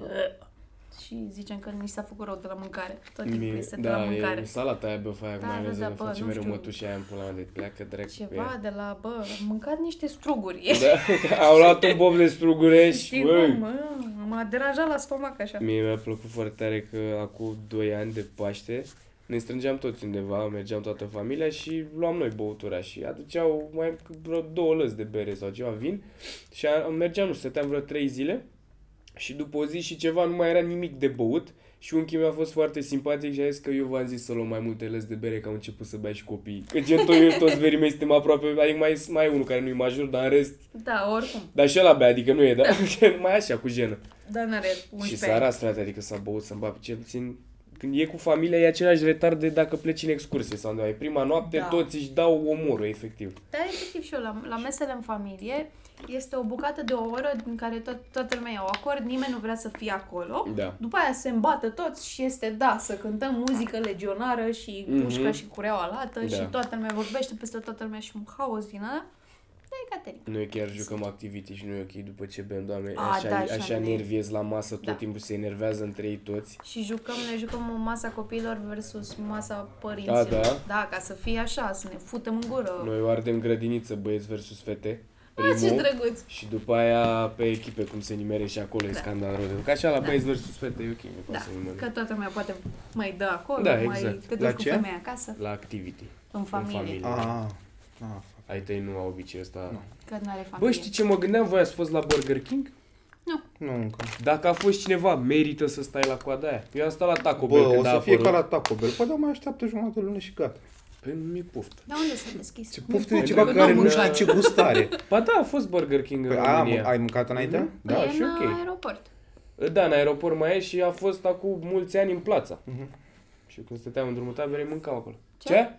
S4: Și zicem că ni s-a făcut rău de la mâncare. Tot timpul
S3: Mie-
S4: este de la
S3: Da,
S4: mâncare.
S3: e salata aia, bă, faia,
S4: Da,
S3: cum
S4: da,
S3: aveți
S4: da,
S3: să
S4: bă,
S3: faci
S4: nu
S3: mereu
S4: știu.
S3: mătușa aia în pula mea de pleacă, dracu pe
S4: Ceva
S3: ea.
S4: de la, bă, am mâncat niște struguri.
S3: Da, deci, că au luat un bob de strugurești,
S4: Știi
S3: bă.
S4: cum, mă, m-a deranjat la stomac așa.
S3: Mie mi-a plăcut foarte tare că acum 2 ani de Paște ne strângeam toți undeva, mergeam toată familia și luam noi băutura și aduceau mai vreo două lăzi de bere sau ceva vin și a- mergeam, nu știu, stăteam vreo 3 zile și după o zi și ceva nu mai era nimic de băut și unchiul meu a fost foarte simpatic și a zis că eu v-am zis să luăm mai multe lăzi de bere că au început să bea și copiii. Că gen tot, eu, toți verii mei suntem aproape, adică mai, mai e unul care nu e major, dar în rest,
S4: Da, oricum.
S3: dar și ăla bea, adică nu e, dar mai așa, cu jenă.
S4: Dar n-are 11
S3: Și
S4: ani.
S3: seara, frate, adică s-a băut să-mi bapă, cel puțin când e cu familia, e același retard de dacă pleci în excursie sau undeva. E prima noapte,
S4: Da.
S3: da. toți își dau omorul, efectiv.
S4: Dar Da, efectiv și eu, la, la mesele în familie, este o bucată de o oră în care tot, toată lumea e o acord, nimeni nu vrea să fie acolo.
S3: Da.
S4: După aia se îmbată toți și este, da, să cântăm muzică legionară și
S3: Mhm.
S4: pușcă și cureaua lată
S3: Da.
S4: și toată lumea vorbește peste toată lumea și un haos din ăla. Da, e Caterin.
S3: Noi chiar jucăm activity și nu e ok după ce bem, doamne,
S4: A,
S3: așa,
S4: da,
S3: da,
S4: așa
S3: așa,
S4: nu e.
S3: nerviez la masă, tot
S4: Da.
S3: timpul se enervează între ei toți.
S4: Și jucăm, ne jucăm o masa copiilor versus masa părinților.
S3: A, da?
S4: da, ca să fie așa, să ne futem în gură.
S3: Noi o ardem grădiniță, băieți versus fete.
S4: Ah, ce
S3: Primul,
S4: drăguț!
S3: și după aia pe echipe, cum se nimere și acolo, da. e scandal rău. de tot. Că așa la băieți versus fete e ok, nu
S4: Da,
S3: poate să nimere.
S4: că toată lumea poate mai dă acolo,
S3: Da,
S4: mai
S3: exact.
S4: te duci
S1: La
S4: cu
S1: ce?
S4: femeia acasă,
S3: La activity.
S4: în familie,
S3: familie.
S1: Ah, ah,
S3: Ai tăi nu au obiceiul ăsta.
S1: Nu.
S4: că nu are familie.
S3: Bă, știi ce mă gândeam? Voi ați fost la Burger King?
S1: nu încă.
S3: Dacă a fost cineva, merită să stai la coada aia. Eu am stat la Taco Bell
S1: Bă, o
S3: când a
S1: să fie
S3: apărut.
S1: ca la Taco Bell. Poate mai așteaptă jumătate de lună și gata.
S3: Păi nu mi-e poftă.
S4: Dar unde s-a deschis?
S1: Ce
S4: Mi-e
S1: poftă de
S3: că
S1: ceva
S3: n-am
S1: care nu
S3: mâncat.
S1: știu ce gust are.
S3: Ba da, a fost Burger King în
S1: Păi, a,
S3: România.
S1: mă- ai mâncat înainte?
S3: Mhm.
S4: Da,
S3: Da,
S4: e
S3: și
S4: în
S3: ok.
S4: aeroport.
S3: Da, în aeroport mai e și a fost acum mulți ani în plața.
S1: Mhm.
S3: Și când stăteam în drumul taberei, mâncam acolo.
S4: Ce?
S3: Ce?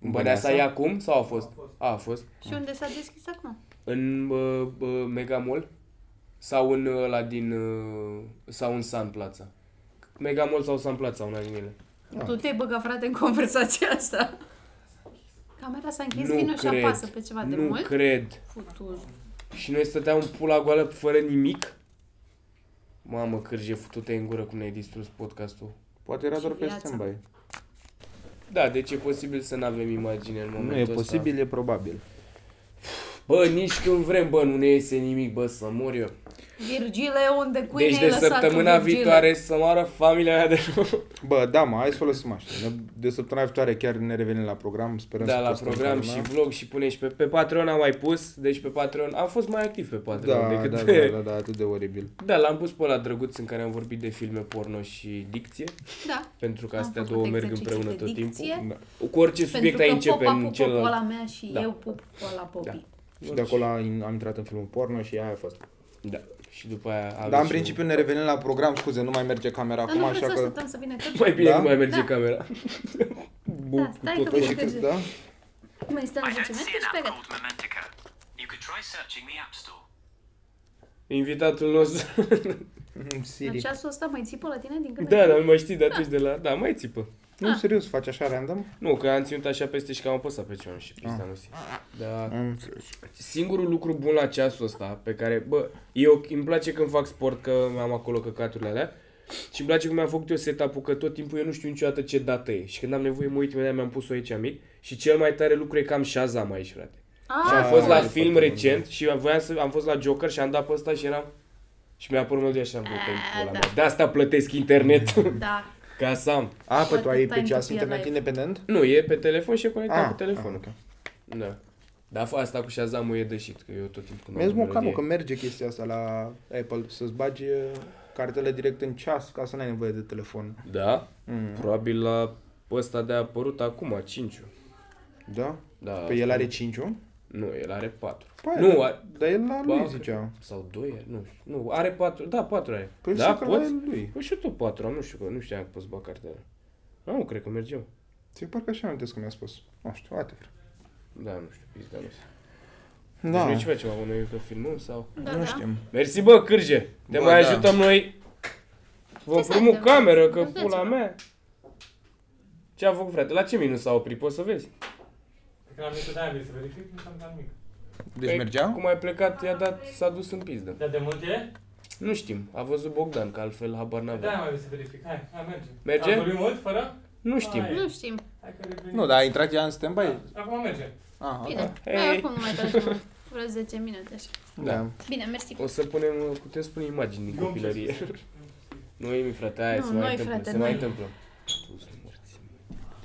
S1: În
S3: Băneasa
S1: Băneasa?
S3: e acum sau a fost? A, a fost.
S4: Și unde s-a deschis acum?
S3: În uh, uh, Megamall sau în uh, ăla din... Uh, sau în San Plaza. Megamall sau San Plaza, una din ele.
S1: Da.
S4: Tu te-ai băgat, frate, în conversația asta. Camera s-a închis,
S3: Nu
S4: vină și
S3: cred.
S4: apasă pe ceva de
S3: nu
S4: mult.
S3: cred.
S4: Futul.
S3: Și noi stăteam în pula goală fără nimic? Mamă, cârje, futute în gură cum ne-ai distrus podcastul.
S1: Poate era
S4: Și
S1: doar pe
S4: viața.
S1: stand
S3: Da, deci e posibil să nu avem imagine în momentul
S1: Nu e
S3: ăsta.
S1: posibil, e probabil.
S3: Bă, nici când vrem, bă, nu ne iese nimic, bă, să mor eu.
S4: Virgile, unde cui
S3: deci de săptămâna viitoare să moară familia mea de
S1: Bă, da, mă, hai să o lăsăm așa. Ne- De săptămâna viitoare chiar ne revenim la program, sperăm
S3: Da,
S1: să
S3: la
S1: postăm
S3: program
S1: toată
S3: și
S1: lumea.
S3: vlog și pune și pe, pe Patreon am mai pus, deci pe Patreon am fost mai activ pe Patreon
S1: da,
S3: decât
S1: da,
S3: pe...
S1: da, da, da, atât de oribil.
S3: da, l-am pus pe ăla drăguț în care am vorbit de filme porno și dicție,
S4: Da.
S3: pentru că
S4: Am
S3: astea
S4: făcut
S3: două merg
S4: exerciții
S3: împreună
S4: de
S3: tot
S4: dicție.
S3: timpul.
S1: Da.
S3: Cu orice subiect ai
S4: Pentru că
S3: începe
S4: popa
S3: în
S4: pupă pola
S3: celălalt.
S4: mea și
S3: Da.
S4: eu pup pola popii.
S1: Și de acolo am am intrat în filmul porno și aia a fost.
S3: Da. Și după aia a
S1: Dar Da, în principiu ne revenim la program, scuze, nu mai merge camera
S4: Dar
S1: acum,
S4: nu vreți să
S1: așa că...
S4: așteptăm să vină cât?
S3: Mai bine
S1: Da?
S3: nu mai merge camera.
S4: Da, stai că
S1: Păi
S4: mă
S1: și cât,
S4: merge.
S1: da?
S4: Mai stăm 10
S5: I don't
S4: metri
S5: see
S4: și
S5: an
S4: pe
S5: app
S4: gata.
S5: called Momentica. You could try searching the App Store.
S3: Invitatul nostru.
S1: Mm,
S4: La
S1: Siri.
S4: ceasul ăsta mai țipă la tine din când
S3: da,
S4: în
S3: dar nu mai știi de atunci de la... Da, mai țipă.
S1: Nu, serios, faci așa random?
S3: Nu, că am ținut așa peste și că am apăsat pe ceva
S1: Ah.
S3: și pizda nu știu. Da.
S1: Am înțeles.
S3: Singurul lucru bun la ceasul ăsta pe care, bă, eu îmi place când fac sport că am acolo căcaturile alea și îmi place cum mi-am făcut eu setup-ul că tot timpul eu nu știu niciodată ce dată e și când am nevoie mă uit imediat mi-am pus-o aici mic și cel mai tare lucru e că am Shazam aici, frate.
S4: Ah,
S3: Și am fost la
S1: foarte
S3: film
S1: bun, da.
S3: recent și voiam să, am fost la Joker și am dat pe ăsta și eram... Și mi-a părut melodie și am vrut
S4: A,
S3: în pula
S4: da.
S3: mea. De asta plătesc internet.
S1: Mm.
S4: Da.
S3: Ca să am.
S1: A, păi tu
S4: Poate
S1: ai
S4: time
S1: pe
S4: to
S1: ceas
S4: be
S1: internet
S4: alive.
S1: independent?
S3: Nu, e pe telefon și e conectat
S1: Ah,
S3: cu telefonul.
S1: ah, ok.
S3: Da. Dar asta cu Shazam-ul e dășit, că eu tot timpul când
S1: Mi-ai zis,
S3: aud
S1: mă, cam,
S3: melodie-
S1: că merge chestia asta la Apple, să-ți bagi uh, cartele direct în ceas, ca să n-ai nevoie de telefon.
S3: Da?
S1: Mm.
S3: Probabil la ăsta de-a apărut acum, 5
S1: Da?
S3: Da.
S1: Păi el are 5
S3: Nu, el are 4.
S1: Păi,
S3: nu,
S1: dar-
S3: a...
S1: Dar el la
S3: Ba,
S1: lui zicea.
S3: sau 2, nu știu. Nu, are 4, da, 4 are.
S1: Păi
S3: da,
S1: zice că la el lui.
S3: Păi și eu tot 4 am, nu știu, că nu știam că poți bag cartela. Nu, cred că mergeam.
S1: Ți parcă așa amintesc că mi-a spus. Nu știu, whatever.
S3: Da, nu știu, pizda nu știu. Deci
S1: Da,
S3: noi ce facem acum? Noi că filmăm sau?
S4: Da,
S1: nu
S4: da.
S1: știm.
S3: Mersi bă, Cârje! Te
S1: Bă,
S3: mai
S1: da.
S3: ajutăm noi! Vom
S4: Ce să
S3: primi o
S4: facem?
S3: cameră, că
S4: Vedeți-vă.
S3: pula mea! Ce a făcut, frate? La ce minus s-a oprit? Poți să vezi.
S2: Cred că la mine de aia vrei să verific, nu am dat nimic.
S1: Deci
S3: Păi,
S1: mergeau?
S3: Cum ai plecat, i-a dat, s-a dus în pizdă.
S2: Dar de mult e?
S3: Nu știm, a văzut Bogdan, că altfel habar
S2: Da,
S3: n-avea.
S2: mai vrei să verific. Hai, hai, merge.
S3: Merge?
S2: Am vorbit mult, fără?
S3: Nu știm.
S2: Hai.
S4: Nu știm.
S2: Hai că revenim.
S1: Nu, dar a intrat ea în stand-by.
S2: Da, Acum merge.
S1: Aha,
S4: Bine.
S3: Hei.
S4: Noi oricum nu mai trage mult. Vreo 10 minute așa.
S1: Da.
S4: Bine, mersi.
S3: O să punem, putem spune imagini din copilărie. Nu, Emi, frate, aia
S4: Nu,
S3: se mai
S4: noi,
S3: întâmplă,
S4: frate,
S3: se mai
S4: noi.
S3: întâmplă. Tu să morți,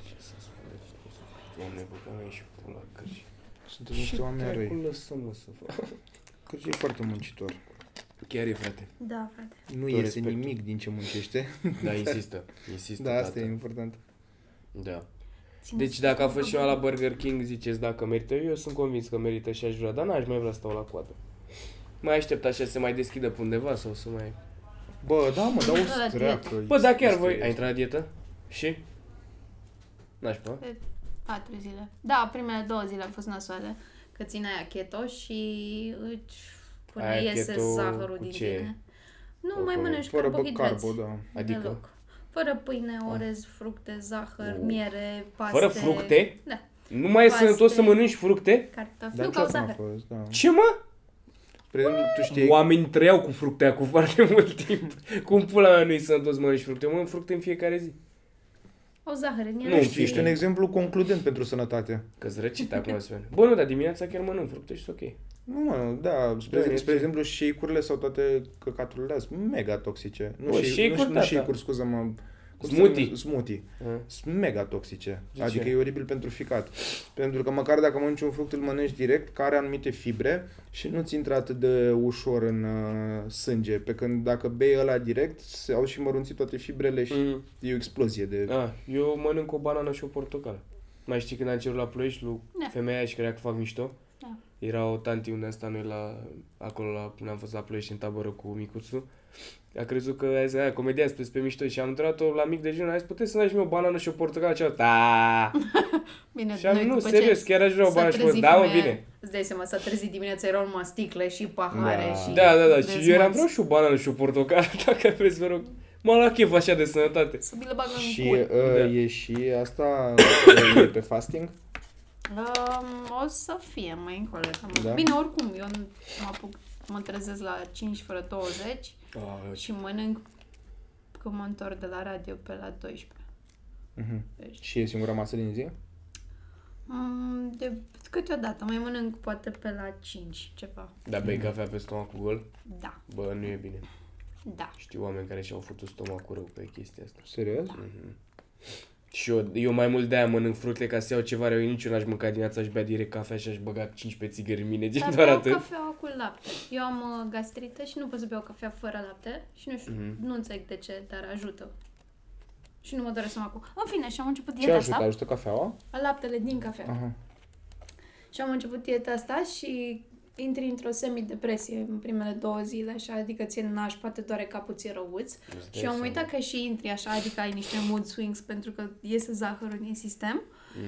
S3: ce să spune, ce să spune, Doamne, băga mea și pula cărși.
S1: Sunteți niște oameni
S3: dracu
S1: răi.
S3: lăsăm, mă, să fac?
S1: Cât e foarte muncitor.
S3: Chiar e, frate.
S4: Da, frate.
S1: Nu
S3: Tot
S1: iese
S3: respectul.
S1: nimic din ce muncește.
S3: Da, insistă, insistă,
S1: Da, asta e
S3: tată.
S1: important.
S3: Da.
S4: Țineți
S3: Deci dacă a fost și eu la Burger King, ziceți dacă merită, eu sunt convins că merită și aș vrea, dar n-aș mai vrea să stau la coadă. Mai aștept așa să se mai deschidă pe undeva sau să mai...
S1: Bă, da, mă,
S4: Da,
S1: dar o streacă.
S4: dietă.
S3: Bă, da, chiar
S1: Este-
S3: voi... Ai intrat la dietă? Și? Nașpa?
S4: Pe patru zile. Da, primele două zile au fost nasoale, că ține aia keto și îți pune
S3: Aia
S4: iese
S3: keto
S4: zahărul
S3: cu
S4: din
S3: ce e?
S4: tine. Nu
S3: Fără
S4: mai
S3: pâine.
S4: mănânci
S1: Fără bă
S4: carbohidrați.
S1: carbo, da.
S3: Adică? Ah.
S4: Deloc. Fără pâine, orez, fructe, zahăr,
S3: Oh.
S4: miere, paste.
S3: Fără fructe?
S4: Da.
S3: Nu mai e
S4: Paste.
S3: sănătos să mănânci fructe?
S4: Cartofi,
S1: Dar
S4: nu ca
S1: tot n-a
S4: zahăr.
S1: fost, da.
S3: Ce mă?
S1: Spre exemplu, tu știi...
S3: Oamenii trăiau cu fructe acum foarte mult timp. Cum pula mea nu-i sănătos să mănânci fructe? Mănânc fructe în fiecare zi.
S4: O zahăr în
S3: Nu
S4: ele.
S3: știu,
S1: Ești un exemplu concludent pentru sănătate.
S3: Că răcit acum Sven. Bă, nu, dar dimineața chiar mănânc fructe și sunt ok.
S1: Nu, mă, da, spre,
S3: Da,
S1: da,
S3: e
S1: spre
S3: ce-
S1: exemplu, shake-urile sau toate căcaturile astea sunt mega toxice. Nu,
S3: Bă,
S1: shake-
S3: shake-uri,
S1: nu, nu
S3: tata.
S1: shake-uri, scuză-mă. cum se
S3: Smoothie. Ah.
S1: numește? Smoothie.
S3: A?
S1: Sunt mega toxice.
S3: De
S1: adică
S3: ce?
S1: e oribil pentru ficat. Pentru că măcar dacă mănânci un fruct, îl mănânci direct, care are anumite fibre și nu-ți intră atât de ușor în uh, sânge. Pe când dacă bei ăla direct, se au și mărunțit toate fibrele și
S3: Mm.
S1: e o explozie de...
S3: A, Ah, eu mănânc o banană și o portocală. Mai știi când am cerut la Ploiești lui
S4: Da.
S3: femeia aia și credea că fac mișto?
S4: Da.
S3: Era o tanti unde am stat noi la, acolo la, când am fost la Ploiești în tabără cu micuțul. A crezut că a zis, aia, comedia spre pe mișto și am întrebat-o la mic dejun, a zis, puteți să dai și mie o banană și o portocală? Și a
S4: Bine,
S3: Și am
S4: noi
S3: nu,
S4: după
S3: serios,
S4: ce
S3: chiar aș vrea o
S4: s-a
S3: bană și mă,
S4: trezit
S3: da, mă,
S4: femeia-
S3: bine.
S4: Îți dai seama, s-a trezit dimineața, erau numai sticle și pahare
S1: Da.
S4: și
S3: Da, da, da, și eu
S4: dezmăți.
S3: eram vreau și o banană și o portocală, dacă vreți, vă rog. M-a luat chef așa de sănătate.
S4: Să mi le bag în
S1: Și
S4: cur.
S1: uh,
S3: Da.
S1: e și asta e pe fasting?
S4: Um, o să fie mai încolo. Cam
S1: Da?
S4: da? Bine, oricum, eu nu- mă apuc, mă trezesc la 5 fără 20
S1: Păi
S3: Aoleu,
S4: și mănânc când mă întorc de la radio pe la 12.
S1: Mhm.
S4: Deci,
S1: Și e singura masă din zi?
S4: mm, de câteodată mai mănânc poate pe la 5 ceva.
S3: Da, bei cafea pe stomacul gol?
S4: Da,
S3: Bă, nu e bine.
S4: da.
S3: Știu oameni care și-au făcut stomacul rău pe chestia asta.
S1: Serios?
S3: Și eu, eu mai mult de-aia mănânc fructe ca să iau ceva rău. Eu nici eu n-aș mânca dimineața, aș bea direct cafea și aș băga 15 țigări în mine, gen
S4: Dar
S3: doar
S4: beau
S3: atât.
S4: cafeaua cu lapte. Eu am uh, gastrită și nu pot să beau cafea fără lapte și nu știu,
S1: Mhm.
S4: mm-hmm. nu înțeleg de ce, dar ajută. Și nu mă doresc să mă acu. În fine, și am început
S1: Ce
S4: dieta
S1: ajută?
S4: asta.
S1: Ajută cafeaua?
S4: Laptele din cafea.
S1: Aha.
S4: Și am început dieta asta și intri într-o semidepresie în primele două zile, așa, adică ți-e naș, poate doare capul, ți-e răuț.
S3: dai
S4: Și eu am
S3: seama.
S4: uitat că și intri așa, adică ai niște mood swings pentru că iese zahărul din sistem.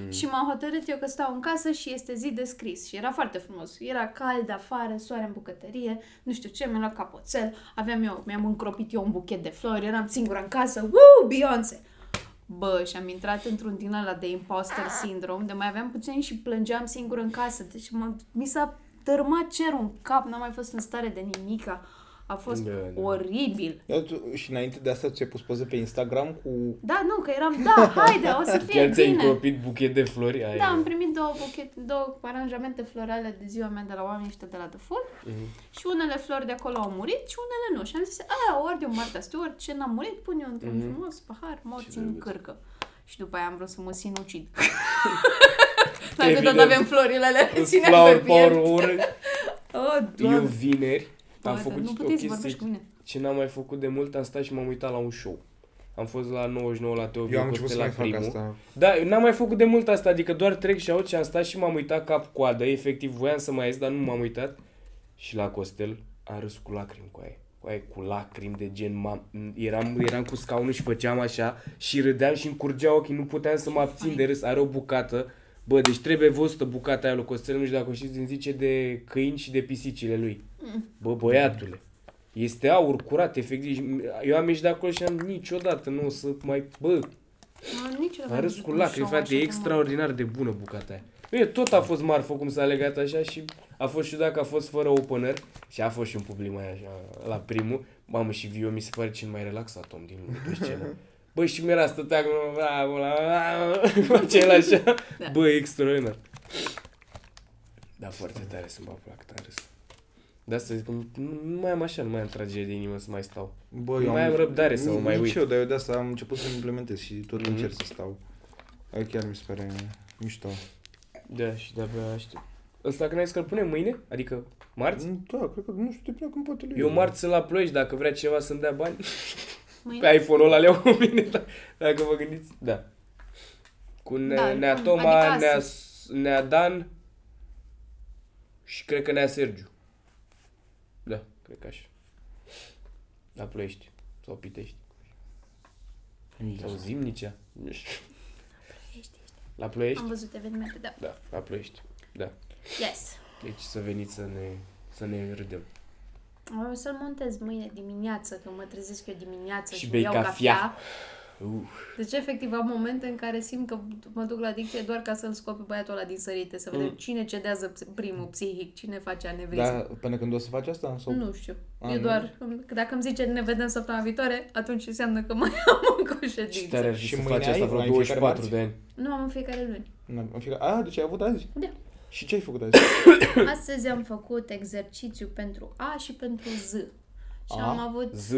S4: Mm. Și m-am hotărât eu că stau în casă și este zi de scris și era foarte frumos. Era cald afară, soare în bucătărie, nu știu ce, mi-am luat capoțel, aveam eu, mi-am încropit eu un buchet de flori, eram singura în casă, woo, Beyoncé! Bă, și am intrat într-un din ăla de imposter syndrome, de mai aveam puțin și plângeam singură în casă. Deci mă, mi s-a dărâmat cerul în cap, n-am mai fost în stare de nimica. A fost
S3: Da, da.
S4: oribil.
S1: Ia tu- Și înainte de asta ți-ai pus poze pe Instagram cu...
S4: Da, nu, că eram, da, haide, o să fie
S3: Chiar ți-ai
S4: bine.
S3: încropit buchet de flori? Ai,
S4: Da, am primit două buchete, două aranjamente florale de ziua mea de la oamenii ăștia de la The Full
S3: Mhm.
S4: și unele flori de acolo au murit și unele nu. Și am zis, aia, ori de un Marta Stewart, ce n-a murit, pun eu într-un
S3: Mhm.
S4: frumos pahar, morți în cârcă. Și după aia am vrut să mă sinucid. Dacă tot
S3: Evident.
S4: avem florile alea,
S3: Îți
S4: țineam
S3: flower
S4: pe
S3: power
S4: piept.
S3: ori.
S4: Oh,
S3: Eu
S4: doamne.
S3: vineri am
S4: Bă,
S3: făcut
S4: nu
S3: o
S4: puteai să vorbești cu
S3: chestie
S4: mine.
S3: ce n-am mai făcut de mult, am stat și m-am uitat la un show. Am fost la 99 la Teo
S1: Eu am
S3: Viu
S1: început să
S3: Costel la
S1: mai fac
S3: primul.
S1: asta.
S3: Da, eu n-am mai făcut de mult asta, adică doar trec și aud și am stat și m-am uitat cap-coadă, efectiv voiam să mai ies, dar nu m-am uitat. Și la Costel am râs cu lacrimi cu aia. Cu aia, cu lacrimi de gen, m-am, eram, eram cu scaunul și făceam așa și râdeam și îmi curgeau ochii, nu puteam să mă abțin de râs, are o bucată. Bă, deci trebuie văzută bucata aia lui Costel, nu știu dacă o știți, din zice de câini și de pisicile lui. Bă, băiatule, este aur curat, efectiv. Eu am ieșit de acolo și am niciodată nu o să mai... Bă,
S4: Mă, niciodată
S3: Am
S4: n-am
S3: râs
S4: văzut
S3: cu
S4: un
S3: lacrimi,
S4: show
S3: frate,
S4: așa
S3: e
S4: de mult.
S3: extraordinar de bună bucata aia. Bine, tot a fost marfă cum s-a legat așa și a fost și dacă a fost fără opener și a fost și un public mai așa la primul. Mamă, și Vio mi se pare cel mai relaxat om din lume pe scenă. Bă, și mi-era stătea acolo, bla, bla, bla, bla, cel așa. Bă, e extraordinar. Da, foarte tare să mă plac, tare râs. De asta zic, că nu- nu mai am așa, nu mai am tragedie de inimă să mai stau.
S1: Bă,
S3: Nu mai am răbdare să mă mai
S1: Nici
S3: uit.
S1: eu, dar eu de asta am început să implementez și tot
S3: Mhm.
S1: încerc să stau. Aia Chiar mi se pare mișto.
S3: Da, și de-abia aștept. Ăsta când ai zis că îl punem mâine? Adică marți?
S1: Da, cred că nu știu, te pune când poate lui.
S3: Eu marți sunt la ploiești, dacă vrea cineva să-mi dea bani,
S4: Mâine?
S3: pe iPhone-ul ăla le iau cu mine, da- dacă vă gândiți. Da. Cu ne,
S4: Da,
S3: Nea
S4: bun,
S3: Toma,
S4: adică
S3: Nea, Nea Dan și cred că Nea Sergiu. Da, cred că așa. La ploiești sau pitești. Sau zimnicea. Nu știu.
S4: Ești, ești.
S3: La ploiești?
S4: Am văzut evenimente, da.
S3: Da, la ploiești. Da.
S4: Yes.
S3: Deci să veniți să ne, să ne râdem.
S4: O să-l montez mâine dimineață, când mă trezesc eu dimineață
S3: Și
S4: și,
S3: bei
S4: iau
S3: cafea.
S4: cafea.
S3: Uh.
S4: Deci, efectiv, am momente în care simt că mă duc la dicție doar ca să-l scot pe băiatul ăla din sărite, să vedem
S3: Mm. Da.
S4: cine cedează ps- primul psihic, cine face anevrism.
S1: Dar Da, până când o să faci asta? Sau...
S4: Nu știu.
S1: A,
S4: eu
S1: nu?
S4: doar, că dacă îmi zice ne vedem săptămâna viitoare, atunci înseamnă că mai am încă o
S3: Și
S4: ședință.
S3: tare ar fi
S1: Și
S3: să
S1: mâine
S3: faci
S1: ai?
S3: asta
S1: Ai
S3: vreo
S1: în
S3: 24 de
S1: fiecare
S3: ani.
S4: Nu, am în fiecare luni.
S1: Nu, în fiecare... A, deci ai avut azi?
S4: Da.
S1: Și ce ai făcut azi?
S4: Astăzi am făcut exercițiu pentru A și pentru Z. Și
S1: A,
S4: am avut...
S3: Z.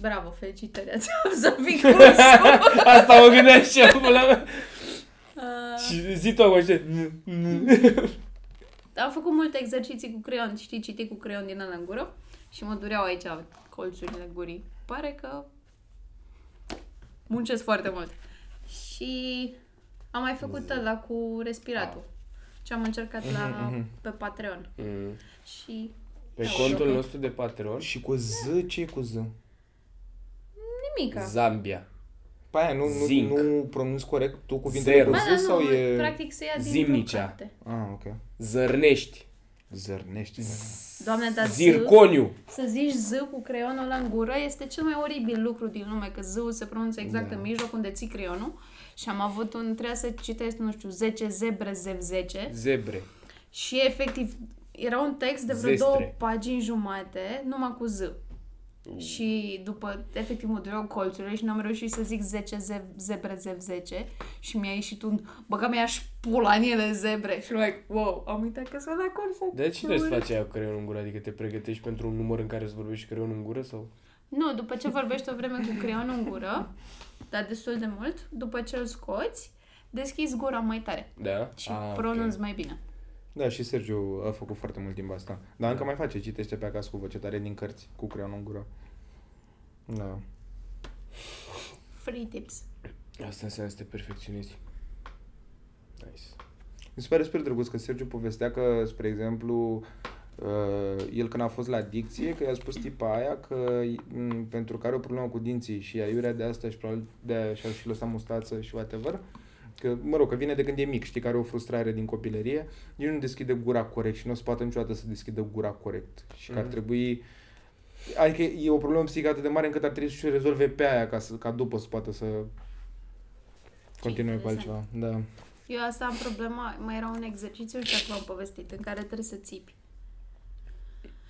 S4: Bravo, felicitări, ați absolvit cursul!
S3: Asta mă gândeam și eu, pula mea.
S4: Uh,
S3: Și zi tu acum, știi?
S4: am făcut multe exerciții cu creion, știi, citi cu creion din ăla în gură și mă dureau aici colțurile gurii. Pare că muncesc foarte mult. Și am mai făcut ăla cu respiratul.
S1: Ah.
S4: Ce am încercat
S1: Mhm,
S4: la, pe Patreon.
S3: Mm.
S4: Și
S3: Pe
S4: Da,
S3: contul
S4: ok.
S3: nostru de Patreon,
S1: și cu Z, ce e cu Z?
S4: nimica.
S3: Zambia.
S1: Pa Păi aia, nu,
S3: Zinc.
S1: nu, nu pronunți corect tu cuvintele cu
S3: Zero.
S4: Ba,
S1: Z
S4: da,
S1: sau
S4: nu,
S1: e...
S4: practic se ia din
S3: Zimnicea.
S4: carte.
S1: Ah, ok. da.
S3: Zărnești.
S1: Zărnești.
S4: Doamne, dar Z-
S3: Zirconiu.
S4: Să zici Z cu creionul ăla în gură este cel mai oribil lucru din lume, că Z-ul se pronunță exact
S1: Da.
S4: în mijloc unde ții creionul. Și am avut un, trebuia să citesc, nu știu, 10 zebre, zev 10
S3: Zebre.
S4: și efectiv era un text de vreo
S3: Zestre.
S4: două pagini jumate, numai cu Z. Și după, efectiv, mă dureau colțurile și n-am reușit să zic 10 zev, zebre, zev 10 și mi-a ieșit un, băga mi-a pula în ele zebre și like, wow, am uitat că sunt la corset.
S3: De ce trebuie să faci aia cu creionul în gură? Adică te pregătești pentru un număr în care îți vorbești cu creionul în gură sau?
S4: Nu, după ce vorbești o vreme cu creionul în gură, dar destul de mult, după ce îl scoți, deschizi gura mai tare
S3: Da?
S4: și
S3: Ah,
S4: ah,
S3: ok.
S4: pronunți mai bine.
S1: Da, și Sergiu a făcut foarte mult timp asta. Dar încă mai face, citește pe acasă cu voce tare din cărți, cu creionul în gură. Da.
S4: Free tips.
S3: Asta înseamnă să te perfecționezi. Nice.
S1: Mi se pare super drăguț că Sergiu povestea că, spre exemplu, uh, el când a fost la dicție, că i-a spus tipa aia că m, pentru că are o problemă cu dinții și aiurea de asta și probabil de aia și-a și lăsat mustață și whatever, că, mă rog, că vine de când e mic, știi, că are o frustrare din copilărie, el nu deschide gura corect și nu o să poată niciodată să deschidă gura corect și că ar
S3: Mhm.
S1: trebui Adică e o problemă psihică atât de mare încât ar trebui să-și o rezolve pe aia ca, să, ca după să poată să continue cu
S4: interesant.
S1: altceva. Da.
S4: Eu asta am problema, mai era un exercițiu și acum am povestit, în care trebuie să țipi.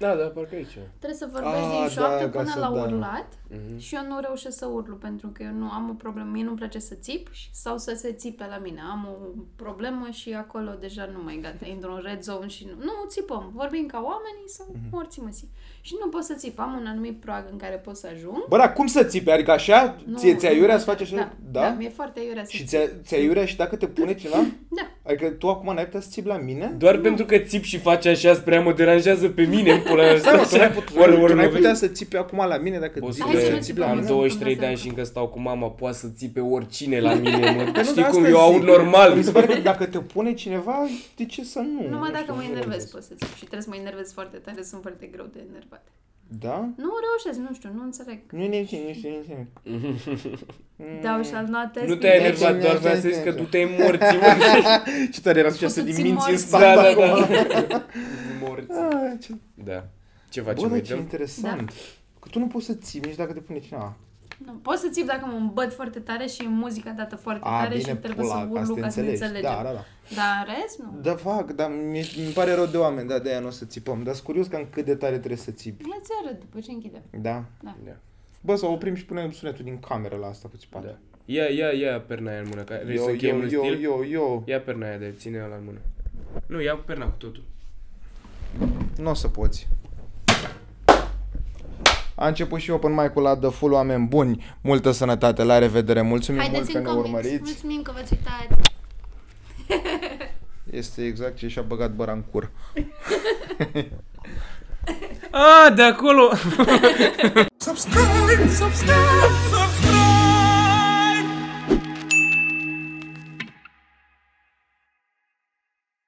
S3: Da, da, parcă aici.
S4: Trebuie să vorbești
S1: Ah,
S4: din șoaptă
S1: da, ca
S4: până
S1: să-
S4: la
S1: da.
S4: urlat
S3: Mhm.
S4: și eu nu reușesc să urlu pentru că eu nu am o problemă. Mie nu-mi place să țip și- sau să se țipe la mine. Am o problemă și acolo deja nu mai gata. Intru în red zone și nu, nu țipăm. Vorbim ca oamenii sau
S1: Mhm.
S4: morții măsii. Și nu pot să țip. Am un anumit prag în care pot să ajung.
S1: Bă, dar cum să țipe? Adică așa?
S4: Nu,
S1: ție, ți
S4: nu.
S1: iurea să faci așa?
S4: Da, da? da mi-e foarte iurea să
S1: și
S4: țip.
S1: ți-a, ți iurea și dacă te pune cineva?
S4: Da.
S1: Adică tu acum n-ai putea să țipi la mine?
S3: Doar pentru că țip și faci așa spre ea mă deranjează pe mine în pula mea.
S1: Stai mă, Exact, tu n-ai put-
S3: Ori- ori
S1: tu n-ai
S3: mă
S1: putea
S3: vezi-
S1: să țipi acum la mine dacă
S3: Bosule,
S1: zici
S4: Hai să
S1: că
S4: ne
S1: țipi la
S4: țipăm,
S1: mine?
S3: am
S4: mă.
S3: 23 de
S4: Dumnezeu.
S3: ani și încă stau cu mama, poate să țipe oricine la mine,
S1: Că nu,
S3: mă. Știi
S1: dar asta
S3: cum eu
S1: zic.
S3: aud normal.
S1: Mi se pare că dacă te pune cineva, de ce să nu?
S4: Numai
S1: Nu
S4: dacă
S1: știu,
S4: mă
S1: nu
S4: enervez
S1: vorbesc.
S4: pot să țip și trebuie să mă enervez foarte tare, sunt foarte greu de enervat.
S1: Da?
S4: Nu reușesc, nu știu, nu înțeleg.
S1: Nu e nici, nici, nici, nici.
S4: Dau și al notez.
S3: Nu te-ai
S1: Deci,
S3: enervat, doar
S1: deci,
S3: vreau să
S1: deci,
S3: zici că
S1: deci.
S3: tu te-ai morți, mă.
S1: Ce tare era
S4: Poți
S1: să
S4: să
S1: din
S4: ții
S1: minți
S4: morți.
S1: instant
S3: Da, da,
S1: acum.
S3: da. Morți.
S1: Ah, ce-
S3: Da. Ce
S1: Bă,
S3: facem?
S1: dar
S3: Bă,
S4: Da.
S1: ce interesant. Că tu nu poți să ții nici dacă te pune cineva.
S4: Nu, pot să țip dacă mă îmbăt foarte tare și e muzica dată foarte
S1: A,
S4: tare
S1: bine,
S4: și trebuie să
S1: pula, ca să
S4: urlu
S1: te
S4: ca să ne
S1: înțelegi.
S4: înțelegem.
S1: Da, da, da.
S4: Dar în rest, nu.
S1: Da, fac, dar mi, mi pare rău de oameni, da, de aia nu o să țipăm. Dar sunt curios cam cât de tare trebuie să țipi.
S4: La ți arăt după ce închidem.
S1: Da?
S3: Da.
S1: Bă, să oprim și punem sunetul din cameră la asta cu țipat.
S3: da. Ia, ia, ia perna aia în mână. Ca... Vrei să
S1: Yo, yo,
S3: încheiem în
S1: yo,
S3: stil?
S1: yo, yo.
S3: Ia perna aia de ține la mână. Nu, ia perna cu totul.
S1: Nu o să poți. A început și open mic-ul la The Full, oameni buni. Multă sănătate, la revedere, mulțumim
S4: Haideți
S1: mult
S4: în
S1: că ne
S4: comments.
S1: urmăriți.
S4: Mulțumim că v-ați uitat.
S1: Este exact ce și-a băgat băra în cur.
S3: A, de acolo!
S6: subscribe, subscribe, subscribe.